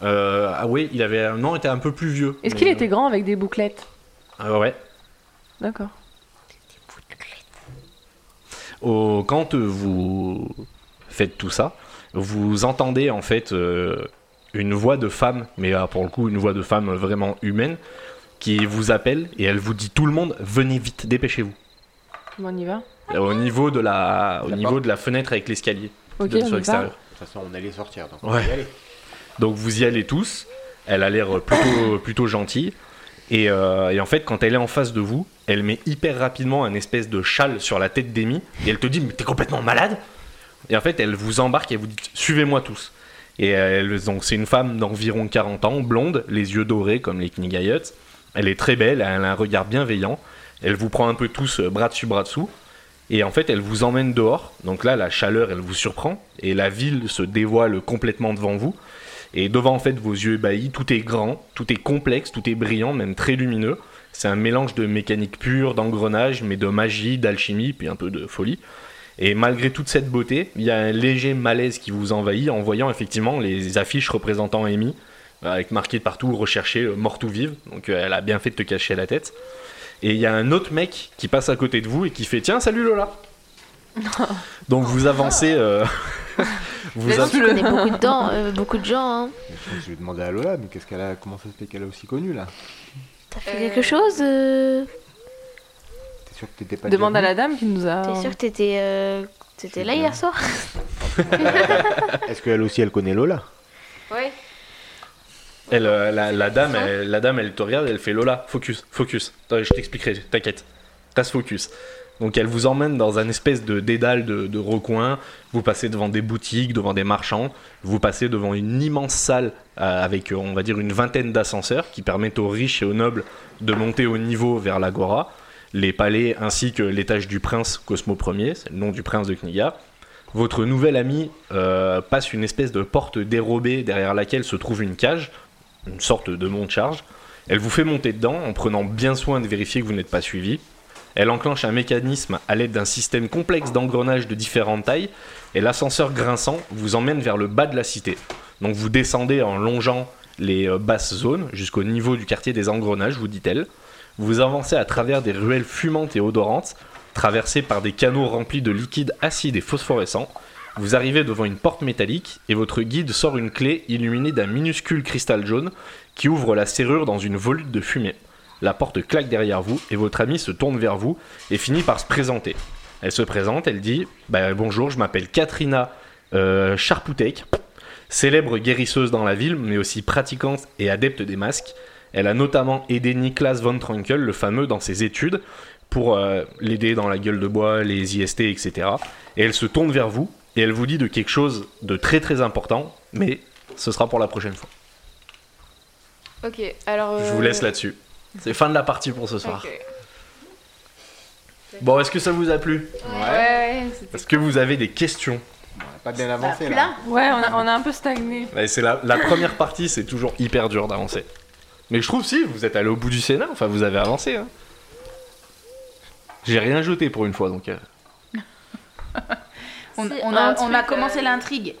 Euh, ah oui, il avait, non, il était un peu plus vieux. Est-ce mais- euh, qu'il était grand avec des bouclettes Ah ouais. D'accord. Au- quand euh, vous faites tout ça, vous entendez en fait euh, une voix de femme, mais ah, pour le coup une voix de femme vraiment humaine, qui vous appelle et elle vous dit tout le monde venez vite, dépêchez-vous. Bon, on y va. Euh, Au niveau de la, au La niveau porte. de la fenêtre avec l'escalier qui Ok, donne on sur y va. l'extérieur. De toute façon, on allait sortir, donc on on va Ouais. va y y aller. Donc vous y allez tous. Elle a l'air plutôt, plutôt gentille. Et, euh, et en fait, quand elle est en face de vous, elle met hyper rapidement un espèce de châle sur la tête d'Amy. Et elle te dit, mais t'es complètement malade Et en fait, elle vous embarque et vous dit, suivez-moi tous. Et euh, elle, donc c'est une femme d'environ 40 ans, blonde, les yeux dorés comme les Knigayots. Elle est très belle, elle a un regard bienveillant. Elle vous prend un peu tous euh, bras dessus, bras dessous. Et en fait, elle vous emmène dehors. Donc là, la chaleur, elle vous surprend. Et la ville se dévoile complètement devant vous. Et devant en fait vos yeux ébahis, tout est grand, tout est complexe, tout est brillant, même très lumineux. C'est un mélange de mécanique pure, d'engrenage, mais de magie, d'alchimie, puis un peu de folie. Et malgré toute cette beauté, il y a un léger malaise qui vous envahit en voyant effectivement les affiches représentant Amy, euh, avec marqué partout recherchée, euh, morte ou vive. Donc euh, elle a bien fait de te cacher la tête. Et il y a un autre mec qui passe à côté de vous et qui fait Tiens, salut Lola Donc vous avancez. euh, vous Laisse-le. avancez. Tu connais beaucoup de, temps, euh, beaucoup de gens, hein. Je pense que je vais demander à Lola, mais qu'est-ce qu'elle a, comment ça se fait qu'elle a aussi connu là T'as fait Euh, quelque chose euh, T'es sûr que t'étais pas Demande à déjà la dame qui nous a. T'es sûr que t'étais euh, t'étais là Je- hier soir venue Est-ce qu'elle aussi elle connaît Lola Ouais. Elle, euh, la, la dame, elle, la dame, elle te regarde, elle fait Lola, focus, focus. Attends, Je t'expliquerai, t'inquiète. T'as ce focus. Donc elle vous emmène dans un espèce de dédale de, de recoins. Vous passez devant des boutiques, devant des marchands. Vous passez devant une immense salle euh, avec, euh, on va dire, une vingtaine d'ascenseurs qui permettent aux riches et aux nobles de monter au niveau vers l'agora, les palais ainsi que l'étage du prince Cosmo Ier, c'est le nom du prince de Kniga. Votre nouvel ami euh, passe une espèce de porte dérobée derrière laquelle se trouve une cage une sorte de monte charge. Elle vous fait monter dedans en prenant bien soin de vérifier que vous n'êtes pas suivi. Elle enclenche un mécanisme à l'aide d'un système complexe d'engrenages de différentes tailles et l'ascenseur grinçant vous emmène vers le bas de la cité. Donc vous descendez en longeant les euh, basses zones jusqu'au niveau du quartier des engrenages, vous dit-elle. Vous avancez à travers des ruelles fumantes et odorantes, traversées par des canaux remplis de liquides acides et phosphorescents. Vous arrivez devant une porte métallique et votre guide sort une clé illuminée d'un minuscule cristal jaune qui ouvre la serrure dans une volute de fumée. La porte claque derrière vous et votre amie se tourne vers vous et finit par se présenter. Elle se présente, elle dit Bah, Bonjour, je m'appelle Katrina euh, Charpoutek, célèbre guérisseuse dans la ville, mais aussi pratiquante et adepte des masques. Elle a notamment aidé Niklas von Trunkel, le fameux, dans ses études pour euh, l'aider dans la gueule de bois, les IST, etc. Et elle se tourne vers vous et elle vous dit de quelque chose de très très important, mais ce sera pour la prochaine fois. Ok, alors. Je euh, vous laisse là-dessus. C'est fin de la partie pour ce soir. ok. Bon, est-ce que ça vous a plu Ouais, ouais, c'était- Est-ce que vous avez des questions On a pas bien Bah, avancé là. plein. Ouais, on a, on a un peu stagné. Ouais, C'est la, la première partie, c'est toujours hyper dur d'avancer. Mais je trouve si, vous êtes allé au bout du Sénat, enfin vous avez avancé. hein. J'ai rien jeté pour une fois, donc... euh, On, C'est on a, un on a truc, commencé euh, l'intrigue.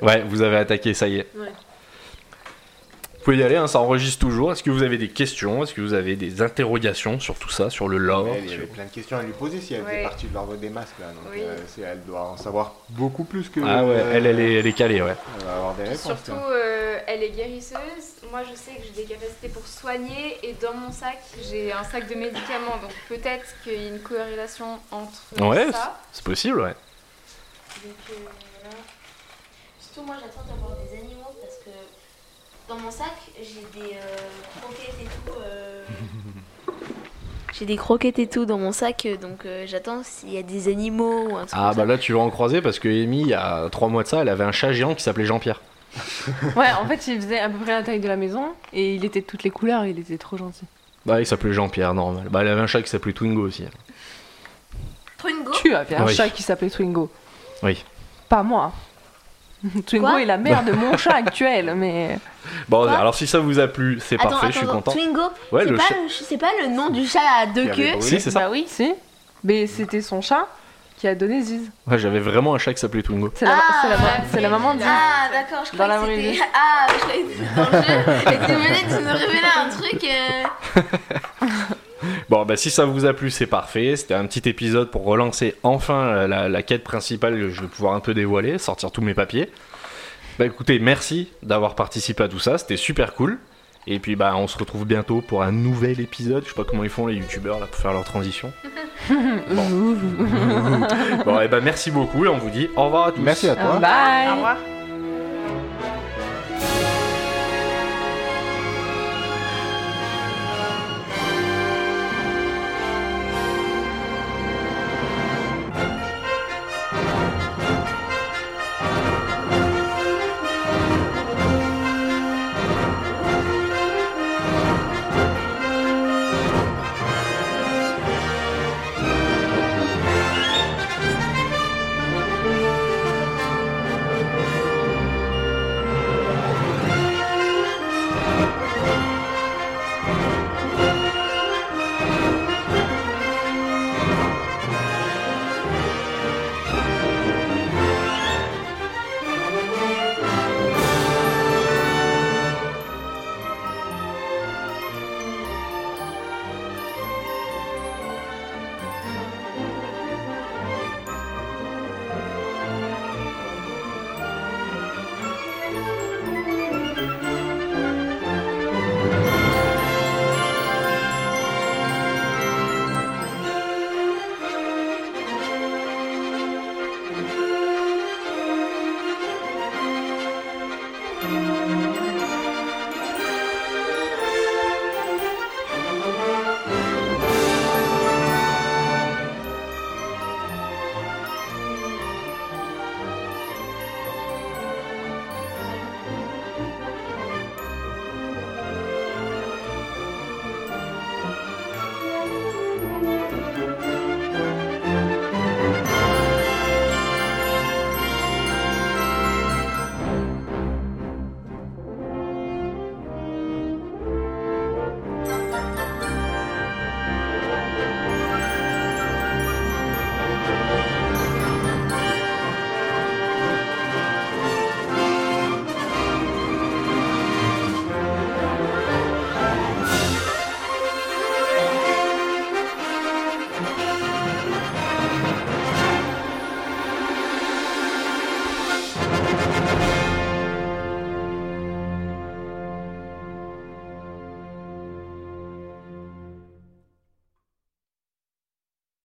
Ouais, vous avez attaqué, ça y est. Ouais. Vous pouvez y aller, hein, ça enregistre toujours. Est-ce que vous avez des questions Est-ce que vous avez des interrogations sur tout ça, sur le lore Elle, il y avait plein de questions à lui poser si elle faisait Ouais. partie de l'ordre des masques là. Donc Oui. euh, c'est- elle doit en savoir beaucoup plus que. sur- Ah ouais, euh, elle, elle est, elle est calée, Bah ouais. Elle va avoir des Puis réponses. Surtout, hein. euh, elle est guérisseuse. Moi, je sais que j'ai des capacités pour soigner. Et dans mon sac, j'ai un sac de médicaments. Donc peut-être qu'il y a une corrélation entre Ouais, ça. C'est possible, ouais. Donc, euh, voilà. Surtout, moi, j'attends d'avoir des animaux parce que dans mon sac, j'ai des euh, croquettes et tout. euh, J'ai des croquettes et tout dans mon sac, euh, donc euh, j'attends s'il y a des animaux ou un truc. Ah comme bah ça. là, tu vas en croiser parce que Amy, il y a trois mois de ça, elle avait un chat géant qui s'appelait Jean-Pierre. Ouais, en fait, il faisait à peu près la taille de la maison et il était de toutes les couleurs, il était trop gentil. Bah, il s'appelait Jean-Pierre, normal. Bah, elle avait un chat qui s'appelait Twingo aussi. Trungo Tu avais un Oui. chat qui s'appelait Twingo. Oui. Pas moi. Twingo Quoi est la mère de mon chat actuel, mais. Bon, Quoi alors si ça vous a plu, c'est Attends, parfait, attends, je suis attends, content. Twingo, Ouais, c'est le pas, chat- le- c'est pas le nom du chat à deux Qui avait queues. brûlé. Si, c'est ça. Bah oui. Si Mais c'était son chat qui a donné Ziz. Ouais, j'avais vraiment un chat qui s'appelait Twingo. C'est la, Ah, c'est la, ouais. c'est la maman de Ziz. Ah, d'accord, je Dans la croyais vraie que vie. c'était. Ah, je croyais que c'était dans le jeu. Et tu venais de nous révéler un truc. euh, Bon, bah si ça vous a plu, c'est parfait. C'était un petit épisode pour relancer enfin la, la- la quête principale que je vais pouvoir un peu dévoiler, sortir tous mes papiers. Bah écoutez, merci d'avoir participé à tout ça, c'était super cool. Et puis bah on se retrouve bientôt pour un nouvel épisode. Je sais pas comment ils font les youtubeurs là pour faire leur transition. bon et bah merci beaucoup et on vous dit au revoir à tous. Merci à toi. Bye Au revoir.